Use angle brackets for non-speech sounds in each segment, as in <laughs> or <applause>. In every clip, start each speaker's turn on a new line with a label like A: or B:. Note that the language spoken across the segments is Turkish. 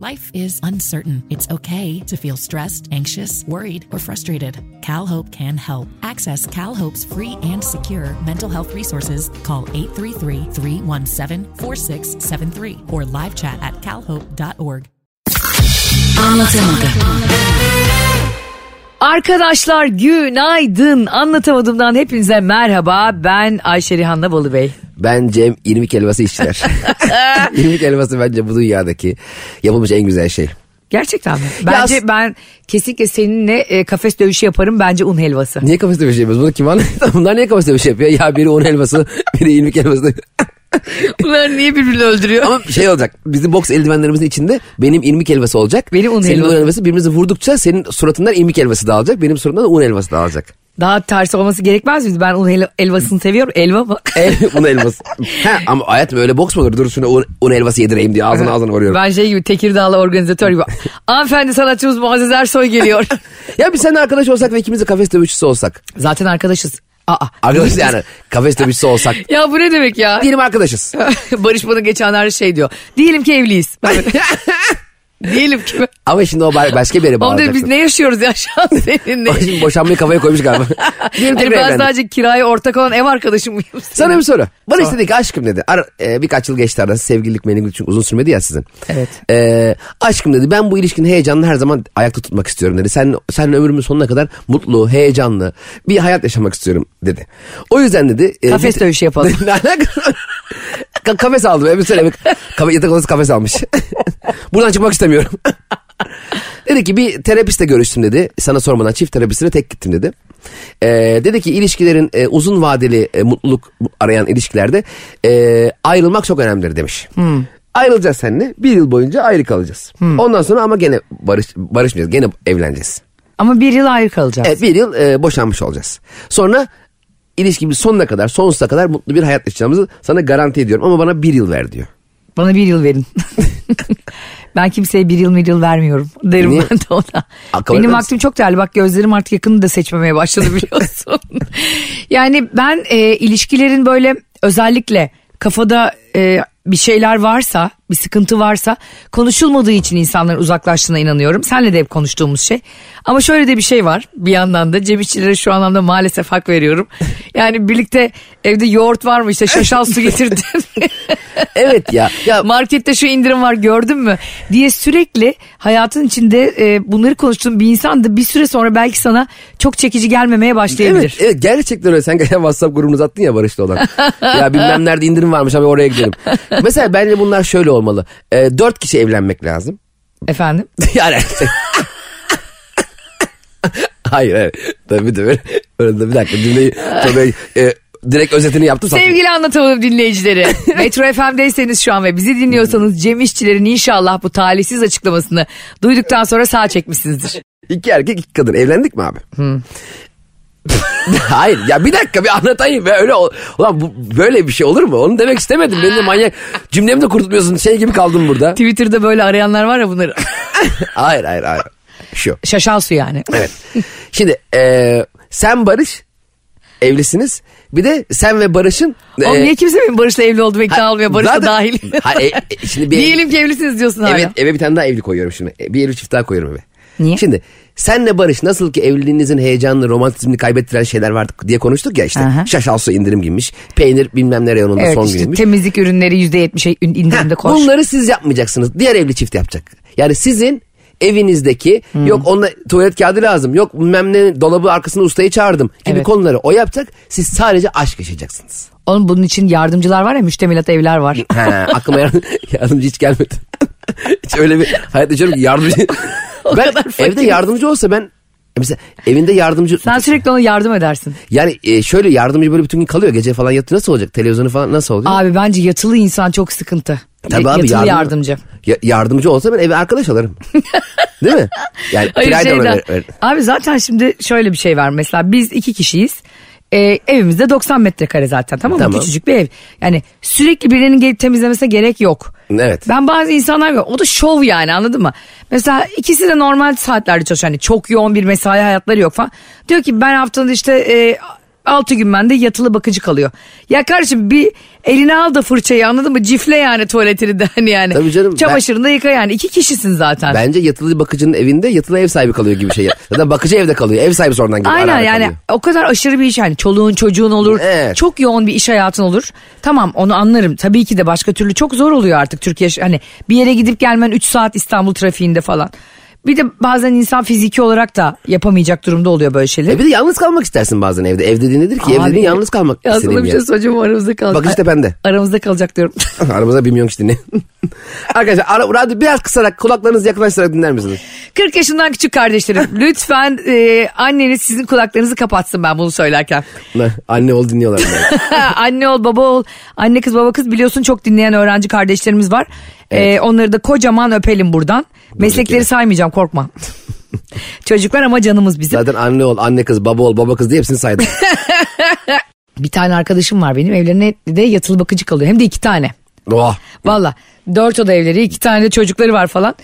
A: Life is uncertain. It's okay to feel stressed, anxious, worried, or frustrated. CalHope can help. Access CalHope's free and secure mental health resources. Call 833-317-4673 or live chat at calhope.org.
B: Arkadaşlar günaydın. Anlatamadığımdan hepinize merhaba. Ben Ayşe Rihanna Bolu
C: Ben Cem irmik helvası işçiler. irmik helvası bence bu dünyadaki yapılmış en güzel şey.
B: Gerçekten mi? Bence
C: as-
B: ben kesinlikle seninle e, kafes dövüşü yaparım. Bence un <laughs> helvası.
C: Niye kafes dövüşü yapıyoruz? Bunu kim anlıyor? <laughs> Bunlar niye kafes dövüşü yapıyor? Ya biri onun helvası, biri irmik helvası.
B: Bunlar niye birbirini öldürüyor?
C: Ama şey olacak. Bizim boks eldivenlerimizin içinde benim irmik helvası olacak.
B: Benim un
C: Senin
B: helvası.
C: un helvası. Birbirimizi vurdukça senin suratından irmik helvası dağılacak. Benim suratımdan da un helvası dağılacak.
B: Daha ters olması gerekmez mi? Ben un hel- helvasını seviyorum. Elva mı? <laughs>
C: <laughs> El, un helvası. Ha, ama hayatım öyle boks mu olur? Dur şuna un, un helvası yedireyim diye ağzına ağzına vuruyorum.
B: Ben şey gibi Tekirdağlı organizatör <laughs> gibi. Hanımefendi sanatçımız Muazzez Ersoy <laughs> geliyor.
C: Ya biz seninle arkadaş olsak ve ikimiz de kafes dövüşçüsü olsak.
B: Zaten arkadaşız. Aa,
C: Arkadaş yani kafes dövüşçüsü olsak.
B: Ya bu ne demek ya?
C: Diyelim arkadaşız.
B: <laughs> Barış bana geçenlerde şey diyor. Diyelim ki <laughs> evliyiz. Ben böyle- <laughs> Diyelim ki.
C: Ama şimdi o ba- başka bir yere
B: Oğlum dedi,
C: bağlayacaksın.
B: biz ne yaşıyoruz ya şu an seninle?
C: <laughs> Ay, Şimdi boşanmayı kafaya koymuş galiba. Diyelim ki
B: <laughs> hani
C: bir
B: ben
C: evlendik.
B: sadece kiraya ortak olan ev arkadaşım mıyım?
C: Sana bir soru. Bana istedi ki aşkım dedi. Ara, e, birkaç yıl geçti arası sevgililik menülik çünkü uzun sürmedi ya sizin.
B: Evet.
C: E, aşkım dedi ben bu ilişkinin heyecanını her zaman ayakta tutmak istiyorum dedi. Sen seninle ömrümün sonuna kadar mutlu, heyecanlı bir hayat yaşamak istiyorum dedi. O yüzden dedi. e,
B: Kafes
C: bir-
B: dövüşü yapalım.
C: <laughs> ne alakası var? Ka- kafes aldım. Evet söyle. Kafe, yatak odası kafes almış. <laughs> Buradan çıkmak istemiyorum. <laughs> dedi ki bir terapiste görüştüm dedi. Sana sormadan çift terapistine tek gittim dedi. Ee, dedi ki ilişkilerin e, uzun vadeli e, mutluluk arayan ilişkilerde e, ayrılmak çok önemlidir demiş.
B: Hmm.
C: Ayrılacağız seninle. Bir yıl boyunca ayrı kalacağız. Ondan sonra ama gene barış, barışmayacağız. Gene evleneceğiz.
B: Ama bir yıl ayrı kalacağız.
C: Evet bir yıl e, boşanmış olacağız. Sonra ilişkimiz sonuna kadar sonsuza kadar mutlu bir hayat yaşayacağımızı sana garanti ediyorum ama bana bir yıl ver diyor.
B: Bana bir yıl
C: <laughs>
B: verin. ben kimseye bir yıl bir yıl vermiyorum derim
C: Niye?
B: ben de ona.
C: Aa, kabul
B: Benim
C: eder
B: vaktim çok değerli. Bak gözlerim artık yakını da seçmemeye başladı
C: <laughs>
B: biliyorsun. yani ben e, ilişkilerin böyle özellikle kafada e, bir şeyler varsa bir sıkıntı varsa konuşulmadığı için insanların uzaklaştığına inanıyorum. Senle de hep konuştuğumuz şey. Ama şöyle de bir şey var bir yandan da Cem İşçilere şu anlamda maalesef hak
C: <laughs>
B: veriyorum. Yani birlikte evde yoğurt var mı işte şaşal su getirdin.
C: Evet ya.
B: <laughs>
C: ya
B: markette şu indirim var gördün mü diye sürekli hayatın içinde e, bunları konuştuğun bir insan da bir süre sonra belki sana çok çekici gelmemeye başlayabilir.
C: Evet, evet gerçekten öyle. Sen geçen WhatsApp grubumuza attın ya Barış'la olan. ya bilmem nerede indirim varmış abi oraya gidelim. Mesela bence bunlar şöyle olmalı. E, dört kişi evlenmek lazım. <laughs>
B: Efendim?
C: yani. Hayır hayır. Tabii tabii. Öyle, bir dakika cümleyi. Tabii, e, direkt özetini yaptım. sattım.
B: Sevgili anlatamadım
C: <laughs>
B: dinleyicileri. Metro FM'deyseniz şu an ve bizi dinliyorsanız Cem İşçilerin inşallah bu talihsiz açıklamasını duyduktan sonra sağ çekmişsinizdir.
C: İki erkek iki kadın evlendik mi abi? <laughs> Hayır ya bir dakika bir anlatayım ya öyle ol- ulan bu, böyle bir şey olur mu? Onu demek istemedim. Beni de
B: <laughs>
C: manyak cümlemi de kurtulmuyorsun. Şey gibi kaldım burada.
B: Twitter'da böyle arayanlar var ya
C: <laughs>
B: bunları.
C: hayır hayır hayır. Şu.
B: Şaşal su yani.
C: Evet. Şimdi eee, sen Barış evlisiniz. Bir de sen ve Barış'ın
B: Oğlum
C: eee,
B: niye kimse benim Barış'la evli olduğumu ikna
C: e, ha-
B: olmuyor? Barış da
C: zaten-
B: dahil.
C: <laughs> Ha, e- e, şimdi bir-
B: Diyelim ki evlisiniz diyorsun hala.
C: Evet e, eve bir tane daha evli koyuyorum şimdi. E, Bir evli çift daha koyuyorum eve.
B: Niye?
C: Şimdi senle Barış nasıl ki evliliğinizin heyecanını, romantizmini kaybettiren şeyler vardı diye konuştuk ya işte.
B: Aha.
C: Şaşal su indirim giymiş. Peynir bilmem ne reyonunda
B: Evet
C: son
B: işte
C: günüymüş.
B: temizlik ürünleri %70'e
C: Ha,
B: indirimde koş.
C: bunları siz yapmayacaksınız. Diğer evli çift yapacak. Yani sizin evinizdeki
B: Hmm.
C: yok ona tuvalet kağıdı lazım. Yok bilmem ne dolabı arkasına ustayı çağırdım gibi
B: Evet.
C: konuları o yapacak. Siz sadece aşk yaşayacaksınız.
B: Oğlum bunun için yardımcılar var ya müştemilat evler var.
C: Ha, <laughs> aklıma yardım, yardımcı hiç gelmedi. <laughs> hiç öyle bir hayat yaşıyorum
B: <laughs>
C: ki yardımcı. ben
B: kadar
C: evde
B: fakiriz.
C: yardımcı olsa ben e mesela evinde yardımcı
B: Sen sürekli ona yardım edersin.
C: yani e, şöyle yardımcı böyle bütün gün kalıyor gece falan yatıyor nasıl olacak televizyonu falan nasıl olacak?
B: Abi bence yatılı insan çok sıkıntı. Ya- yatılı yardımcı.
C: Ya- yardımcı olsa ben eve
B: <laughs>
C: arkadaş alırım. Değil mi? Yani
B: Hayır
C: kirayı da
B: şeyden.
C: ver- ver-
B: Abi zaten şimdi şöyle bir şey var. Mesela biz iki kişiyiz. Ee, evimizde 90 metrekare zaten tamam mı?
C: Tamam.
B: Küçücük bir ev. Yani sürekli birinin gelip temizlemesine gerek yok.
C: Evet.
B: Ben bazı insanlar var o da şov yani anladın mı? Mesela ikisi de normal saatlerde çalışıyor. Hani çok yoğun bir mesai hayatları yok falan. Diyor ki ben haftanın işte e, 6 gün bende yatılı bakıcı kalıyor. Ya kardeşim bir eline al da fırçayı anladın mı? Cifle yani tuvaletini de hani yani.
C: Tabii canım, ben-
B: Çamaşırını da yıka yani. İki kişisin zaten.
C: Bence yatılı bakıcının evinde yatılı ev sahibi kalıyor gibi şey. Zaten bakıcı evde kalıyor. Ev sahibi sonradan geliyor. ara
B: Aynen
C: ara
B: yani
C: kalıyor.
B: o kadar aşırı bir iş yani çoluğun çocuğun olur
C: Evet.
B: çok yoğun bir iş hayatın olur tamam onu anlarım tabii ki de başka türlü çok zor oluyor artık Türkiye ş- hani bir yere gidip gelmen 3 saat İstanbul trafiğinde falan bir de bazen insan fiziki olarak da yapamayacak durumda oluyor böyle şeyler.
C: E bir de yalnız kalmak istersin bazen evde. Ev dediğin nedir ki? ev
B: Abi,
C: dediğin yalnız kalmak
B: ya sana
C: istediğim
B: bir
C: yer.
B: şey söyleyeceğim o aramızda kalacak.
C: Bakıcı tepende.
B: Aramızda kalacak diyorum. <laughs>
C: <laughs> Aramızda bir milyon kişi dinliyor. Arkadaşlar ara, radyo biraz kısarak kulaklarınızı yaklaştırarak dinler misiniz?
B: 40 yaşından küçük kardeşlerim lütfen e, anneniz sizin kulaklarınızı kapatsın ben bunu söylerken.
C: Ulan Anne ol dinliyorlar.
B: <laughs>
C: bunları.
B: anne ol baba ol anne kız baba kız biliyorsun çok dinleyen öğrenci kardeşlerimiz var. Ee, onları da kocaman öpelim buradan. Meslekleri saymayacağım korkma. Çocuklar ama canımız bizim.
C: Zaten anne ol, anne kız, baba ol, baba kız diye
B: <laughs>
C: hepsini saydım.
B: Bir tane arkadaşım var benim evlerine de yatılı bakıcı kalıyor. Hem de iki tane.
C: Oha.
B: Valla dört oda evleri iki tane de çocukları var falan.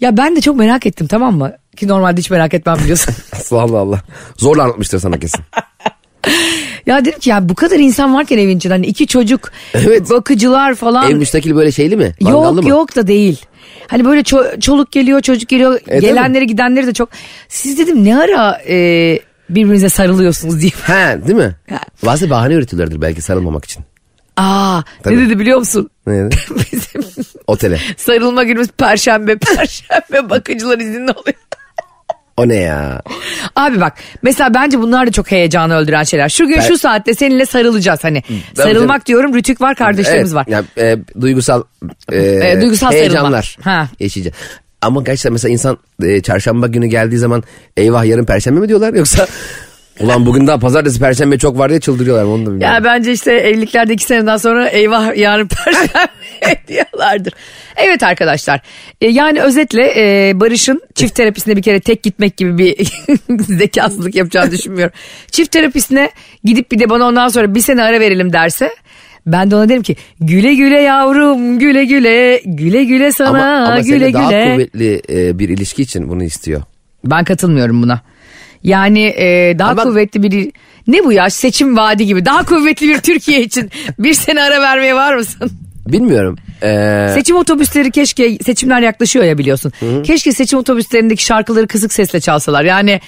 B: Ya ben de çok merak ettim tamam mı? Ki normalde hiç merak etmem biliyorsun.
C: Allah Allah. Zorla anlatmıştır sana kesin.
B: ya dedim ki ya bu kadar insan varken evin içinde hani iki çocuk
C: Evet.
B: bakıcılar falan.
C: Ev müstakil böyle şeyli mi? Mangallı
B: Yok
C: mı?
B: yok da değil. Hani böyle ço- çoluk geliyor çocuk geliyor
C: tabii.
B: gelenleri gidenleri de çok. Siz dedim ne ara e, birbirinize sarılıyorsunuz <laughs> diye.
C: He değil mi?
B: Ha.
C: Bazı bahane üretiyorlardır belki sarılmamak için.
B: Aa
C: Tabii.
B: ne dedi biliyor musun? <laughs>
C: Ne dedi?
B: Bizim
C: Otele.
B: sarılma günümüz perşembe <laughs> perşembe bakıcılar izinli oluyor.
C: O ne ya?
B: Abi bak mesela bence bunlar da çok heyecanı öldüren şeyler. Şu gün
C: Ben-
B: şu saatte seninle sarılacağız hani. Sarılmak
C: canım.
B: diyorum rütük var kardeşlerimiz var.
C: Evet, Yani, e, duygusal e,
B: E, duygusal sarılma.
C: heyecanlar
B: Ha.
C: yaşayacak. Ama gerçekten mesela insan e, çarşamba günü geldiği zaman eyvah yarın perşembe mi diyorlar yoksa <laughs> ulan bugün daha pazartesi perşembe çok var diye çıldırıyorlar onu da bilmiyorum.
B: Ya bence işte evliliklerde iki seneden sonra eyvah yarın <laughs> perşembe
C: <laughs>
B: diyorlardır. Evet arkadaşlar E, yani özetle e, Barış'ın çift terapisine bir kere tek gitmek gibi bir <laughs> zekasızlık
C: <laughs>
B: yapacağını düşünmüyorum. çift terapisine gidip bir de bana ondan sonra bir sene ara verelim derse ben de ona derim ki güle güle yavrum güle güle güle güle sana
C: ama, ama
B: güle
C: seninle daha
B: güle.
C: kuvvetli e, bir ilişki için bunu istiyor.
B: Ben katılmıyorum buna. Yani e, daha
C: Ama-
B: kuvvetli bir ne bu ya seçim vaadi gibi daha kuvvetli bir Türkiye için
C: <laughs>
B: bir sene ara vermeye var mısın?
C: Bilmiyorum. E,
B: Seçim otobüsleri keşke seçimler yaklaşıyor ya biliyorsun. Keşke seçim otobüslerindeki şarkıları kısık sesle çalsalar. Yani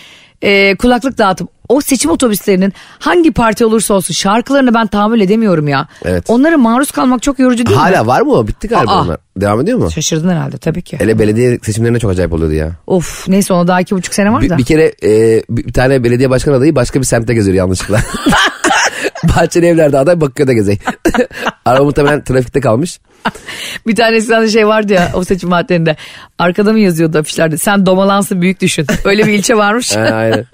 B: e, kulaklık dağıtıp o seçim otobüslerinin hangi parti olursa olsun şarkılarını ben tahammül edemiyorum ya.
C: Evet.
B: Onlara maruz kalmak çok yorucu değil mi?
C: hala var mı o? Bitti galiba
B: Aa.
C: onlar. Devam ediyor mu?
B: Şaşırdın herhalde tabii ki.
C: Hele belediye seçimlerine çok acayip oluyordu ya.
B: Of neyse ona daha iki buçuk sene var da.
C: Bir, bir kere e, bir bir tane belediye başkan adayı başka bir semtte geziyor yanlışlıkla. <laughs> Bahçeli evlerde aday Bakırköy'de geziyor. <laughs> Araba muhtemelen trafikte kalmış.
B: Bir tanesi sana şey vardı ya o seçim maddelerinde. Arkada mı yazıyordu afişlerde? Sen domalansın büyük düşün. Öyle bir ilçe varmış.
C: <laughs> Ha, aynen.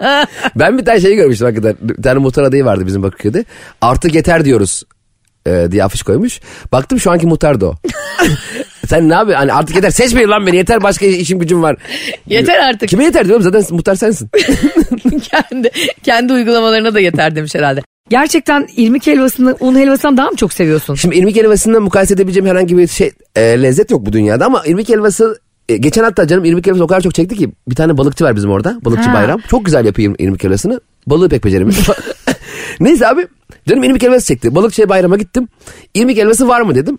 C: Ben bir tane şey görmüştüm hakikaten. Bir tane muhtar adayı vardı bizim Bakırköy'de. Artık yeter diyoruz e, diye afiş koymuş. Baktım şu anki muhtar da o. <laughs> Sen ne yapıyorsun? Hani artık yeter seçmeyin lan beni yeter başka işim gücüm var.
B: Yeter artık.
C: Kime yeter diyorum zaten muhtar sensin.
B: <laughs> kendi, kendi uygulamalarına da yeter demiş herhalde. Gerçekten irmik helvasını un helvasından daha mı çok seviyorsun?
C: Şimdi irmik helvasından mukayese edebileceğim herhangi bir şey e, lezzet yok bu dünyada ama irmik helvası e, geçen hatta canım irmik helvası o kadar çok çekti ki bir tane balıkçı var bizim orada balıkçı
B: Ha.
C: bayram çok güzel yapıyor irm- irmik helvasını balığı pek beceremiyor. <laughs> Neyse abi canım irmik helvası çekti balıkçıya bayrama gittim irmik helvası var mı dedim.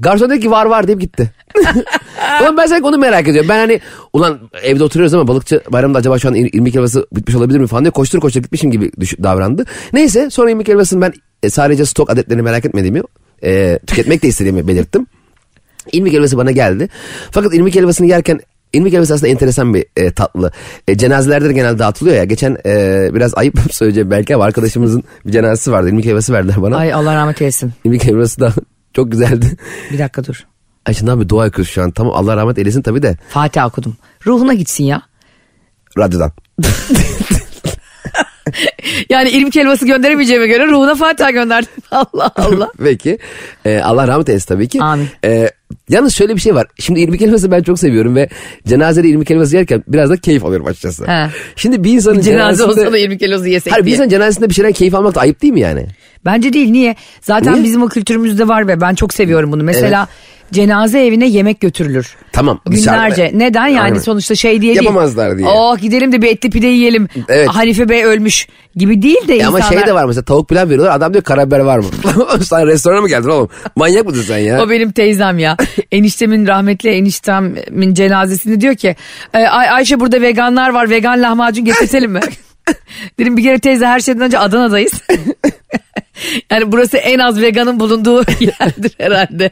C: Garson dedi ki var var deyip gitti. ulan ben sanki onu merak ediyorum. Ben hani ulan evde oturuyoruz ama balıkçı bayramda acaba şu an ir- irmik helvası bitmiş olabilir mi falan diye koştur koştur gitmişim gibi düş- davrandı. Neyse sonra irmik helvasını ben e, sadece stok adetlerini merak etmediğimi e, tüketmek de istediğimi <laughs> belirttim. İrmik helvası bana geldi. Fakat irmik helvasını yerken irmik helvası aslında enteresan bir e, tatlı. E, cenazelerde de genelde dağıtılıyor ya. Geçen e, biraz ayıp <laughs> söyleyeceğim belki ama arkadaşımızın bir cenazesi vardı. İrmik helvası verdiler bana.
B: Ay Allah rahmet eylesin.
C: İrmik helvası da <laughs> çok güzeldi.
B: Bir dakika dur.
C: Ay şimdi abi dua okuyoruz şu an. Tamam Allah rahmet eylesin tabii de
B: Fatiha okudum. Ruhuna gitsin ya.
C: radyodan.
B: Yani irmik helvası gönderemeyeceğime göre ruhuna Fatiha gönderdim. <laughs> Allah Allah.
C: Peki. Ee, Allah rahmet eylesin tabii ki.
B: Amin.
C: Ee, yalnız şöyle bir şey var. Şimdi irmik helvası ben çok seviyorum ve cenazede irmik helvası yerken biraz da keyif alıyorum açıkçası.
B: He.
C: Şimdi bir insanın
B: Cenaze
C: cenazesinde...
B: olsa da irmik helvası yesek
C: Hayır bir
B: diye.
C: insanın cenazesinde bir şeyden keyif almak da ayıp değil mi yani?
B: Bence değil niye? Zaten
C: Niye?
B: bizim o kültürümüzde var ve ben çok seviyorum bunu. Mesela cenaze evine yemek götürülür.
C: Tamam. bir şarkı-
B: Günlerce. Neden yani
C: Aynen.
B: sonuçta şey diye değil.
C: Yapamazlar diye.
B: Oh gidelim de bir etli pide yiyelim.
C: Evet.
B: Hanife Bey ölmüş gibi değil de
C: Ya ama
B: insanlar.
C: şey de var mesela tavuk pilav veriyorlar adam diyor karabiber var mı? <laughs> sen restorana mı geldin oğlum? Manyak mısın sen ya?
B: O benim teyzem ya. Eniştemin rahmetli eniştemin cenazesinde diyor ki "E, Ay Ayşe burada veganlar var vegan lahmacun getirtelim mi? Dedim bir kere teyze her şeyden önce Adana'dayız. yani burası en az veganın bulunduğu <laughs> yerdir herhalde.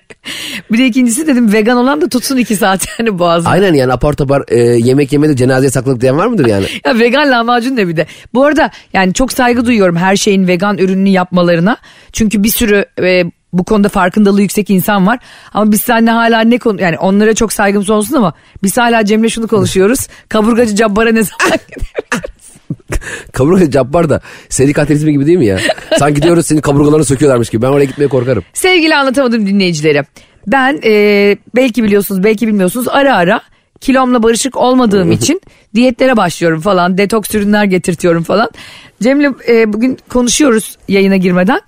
B: Bir de ikincisi dedim vegan olan da tutsun iki saat yani boğazını.
C: Aynen yani apar topar e, yemek yemedi cenazeye sakladık diyen var mıdır yani?
B: Ya vegan lahmacun da bir de. Bu arada yani çok saygı duyuyorum her şeyin vegan ürününü yapmalarına. Çünkü bir sürü e, bu konuda farkındalığı yüksek insan var. Ama biz seninle hala ne konu yani onlara çok saygım sonsuz ama biz hala Cem'le şunu konuşuyoruz. Kaburgacı Cabbar'a ne zaman
C: Kaburga cabbar da seri katilizmi gibi değil mi ya? Sanki diyoruz senin kaburgalarını söküyorlarmış gibi ben oraya gitmeye korkarım.
B: Sevgili anlatamadım dinleyicileri. Ben e, belki biliyorsunuz belki bilmiyorsunuz ara ara kilomla barışık olmadığım için diyetlere başlıyorum falan. Detoks ürünler getirtiyorum falan. Cem'le e, bugün konuşuyoruz yayına girmeden.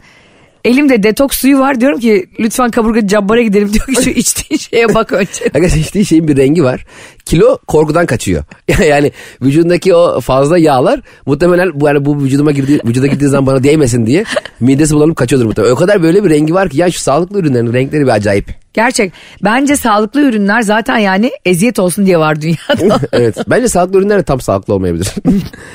B: Elimde detoks suyu var diyorum ki lütfen kaburga cabbara gidelim <laughs> diyor ki şu içtiğin şeye bak
C: <laughs>
B: önce.
C: Arkadaşlar içtiği şeyin bir rengi var. Kilo korkudan kaçıyor. <laughs> yani vücudundaki o fazla yağlar muhtemelen bu, yani bu vücuduma girdi, vücuda girdiği zaman bana değmesin diye midesi bulanıp kaçıyordur muhtemelen. O kadar böyle bir rengi var ki ya şu sağlıklı ürünlerin renkleri bir acayip. <laughs>
B: Gerçek bence sağlıklı ürünler zaten yani eziyet olsun diye var dünyada.
C: evet. Bence sağlıklı ürünler de tam sağlıklı olmayabilir.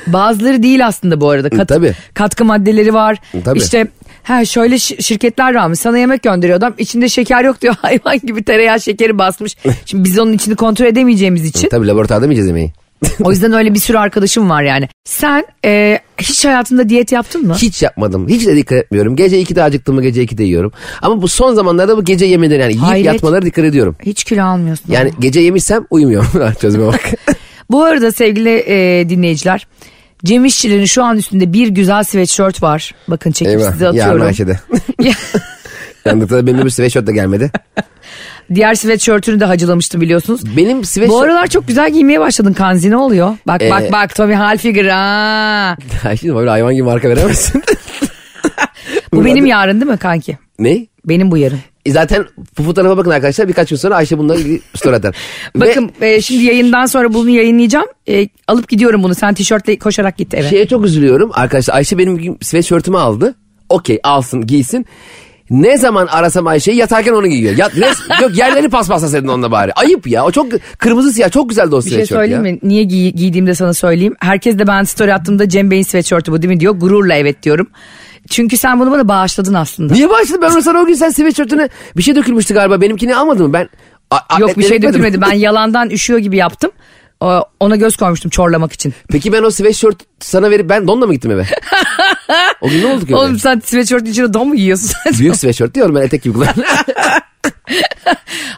B: Bazıları değil aslında bu arada. Kat,
C: E, Tabii. E,
B: Katkı maddeleri var.
C: Tabii.
B: İşte ha şöyle şi- şirketler varmış sana yemek gönderiyor adam içinde şeker yok diyor <laughs> hayvan gibi tereyağı şekeri
C: <laughs>
B: basmış. Şimdi biz onun içini kontrol edemeyeceğimiz için
C: Tabii laboratuvarda mı yiyeceğiz yemeği?
B: o yüzden öyle bir sürü arkadaşım var yani. Sen e, hiç hayatında diyet yaptın mı?
C: Hiç yapmadım. Hiç de dikkat etmiyorum. Gece 2'de acıktım mı gece 2'de yiyorum. Ama bu son zamanlarda bu gece yemeleri yani yiyip
B: Hayret.
C: yatmalara dikkat ediyorum.
B: Hiç kilo almıyorsun.
C: Yani gece yemişsem uyumuyorum. <laughs>
B: <laughs>
C: Çözüme bak.
B: Bu arada sevgili e, dinleyiciler Cem İşçilerin şu an üstünde bir güzel sweatshirt var. Bakın çekip size
C: Yarın
B: atıyorum.
C: Ayşe'de. Yandıkta da benim bir sweatshirt de gelmedi.
B: <laughs> Diğer sweatshirt'ünü de hacılamıştım biliyorsunuz.
C: Benim sweatshirt...
B: Bu aralar çok güzel giymeye başladın Kanzi ne oluyor? Bak
C: Ee,
B: bak bak Tommy Hilfiger ha.
C: Ayşe'cim böyle hayvan gibi
B: <laughs>
C: marka veremezsin.
B: Bu benim
C: Hadi.
B: yarın değil mi kanki?
C: ne?
B: Benim bu yarın.
C: E Zaten bu fotoğrafa bakın arkadaşlar birkaç gün sonra Ayşe bunları bir
B: <laughs>
C: story atar. Ve
B: Bakın e, şimdi yayından sonra bunu yayınlayacağım. E, alıp gidiyorum bunu. Sen tişörtle koşarak git eve.
C: Şeye çok üzülüyorum arkadaşlar. Ayşe benim bir gün sweatshirtimi aldı. Okey alsın giysin. Ne zaman arasam Ayşe'yi yatarken onu giyiyor. Ya, res,
B: <laughs>
C: yok yerlerini paspaslasaydın onunla bari. Ayıp ya. O çok kırmızı siyah çok güzeldi o
B: bir şey
C: sweatshirt ya.
B: söyleyeyim mi? Niye giy- giydiğimde sana söyleyeyim. Herkes de ben story attığımda Cem Bey'in sweatshirt'ü bu değil mi diyor. Gururla evet diyorum. Çünkü sen bunu bana bağışladın aslında.
C: Niye başladı? Ben onu sana o gün sen sweatshirtüne bir şey dökülmüştü galiba. Benimkini almadın mı? Ben a-
B: Yok bir
C: atletlere
B: şey
C: gitmedim.
B: dökülmedi. Ben yalandan üşüyor gibi yaptım. O- Ona göz koymuştum çorlamak için.
C: Peki ben o sweatshirt sana verip ben donla mı
B: <laughs>
C: gittim eve? o gün ne oldu ki? öyle?
B: Oğlum sen sweatshirt'ün içine don mu giyiyorsun?
C: Büyük sweatshirt diyorum ben etek gibi kullanıyorum.
B: <laughs>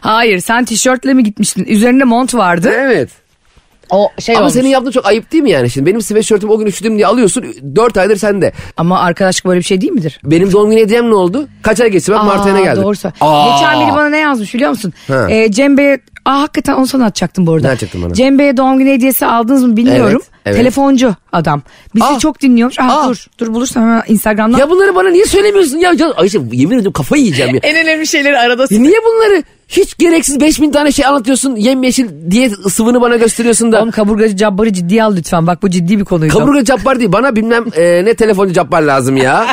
B: Hayır sen tişörtle mi gitmiştin? Üzerinde mont vardı.
C: evet.
B: O şey
C: Ama
B: olmuş.
C: senin yaptığın çok ayıp değil mi yani? Şimdi benim sweatshirtümü o gün üşüdüm diye alıyorsun. 4 aydır sende.
B: Ama arkadaşlık böyle bir şey değil midir?
C: Benim doğum günü hediyem ne oldu? Kaç ay geçti? Ben Mart ayına geldim.
B: Doğru söyle-
C: Aa!
B: Geçen biri bana ne yazmış biliyor musun?
C: Ha.
B: Ee, Cem Bey'e... Aa hakikaten onu sana atacaktım bu arada.
C: Ne atacaktın bana?
B: Cem Bey'e doğum günü hediyesi aldınız mı bilmiyorum.
C: Evet, evet.
B: Telefoncu adam. Bizi
C: Aa!
B: çok dinliyormuş. Aa,
C: Aa!
B: Dur dur bulursam hemen Instagram'dan.
C: Ya bunları bana niye söylemiyorsun ya? Can- Ayşe yemin ediyorum kafayı
B: <laughs>
C: yiyeceğim ya.
B: En önemli şeyleri arada
C: Ya niye bunları? Hiç gereksiz 5000 tane şey anlatıyorsun. Yemyeşil diyet sıvını bana gösteriyorsun da.
B: Oğlum kaburgacı cabbarı ciddiye al lütfen. Bak bu ciddi bir konuydu.
C: Kaburga cabbar değil. Bana bilmem e, ne telefoncu cabbar
B: <laughs>
C: lazım ya.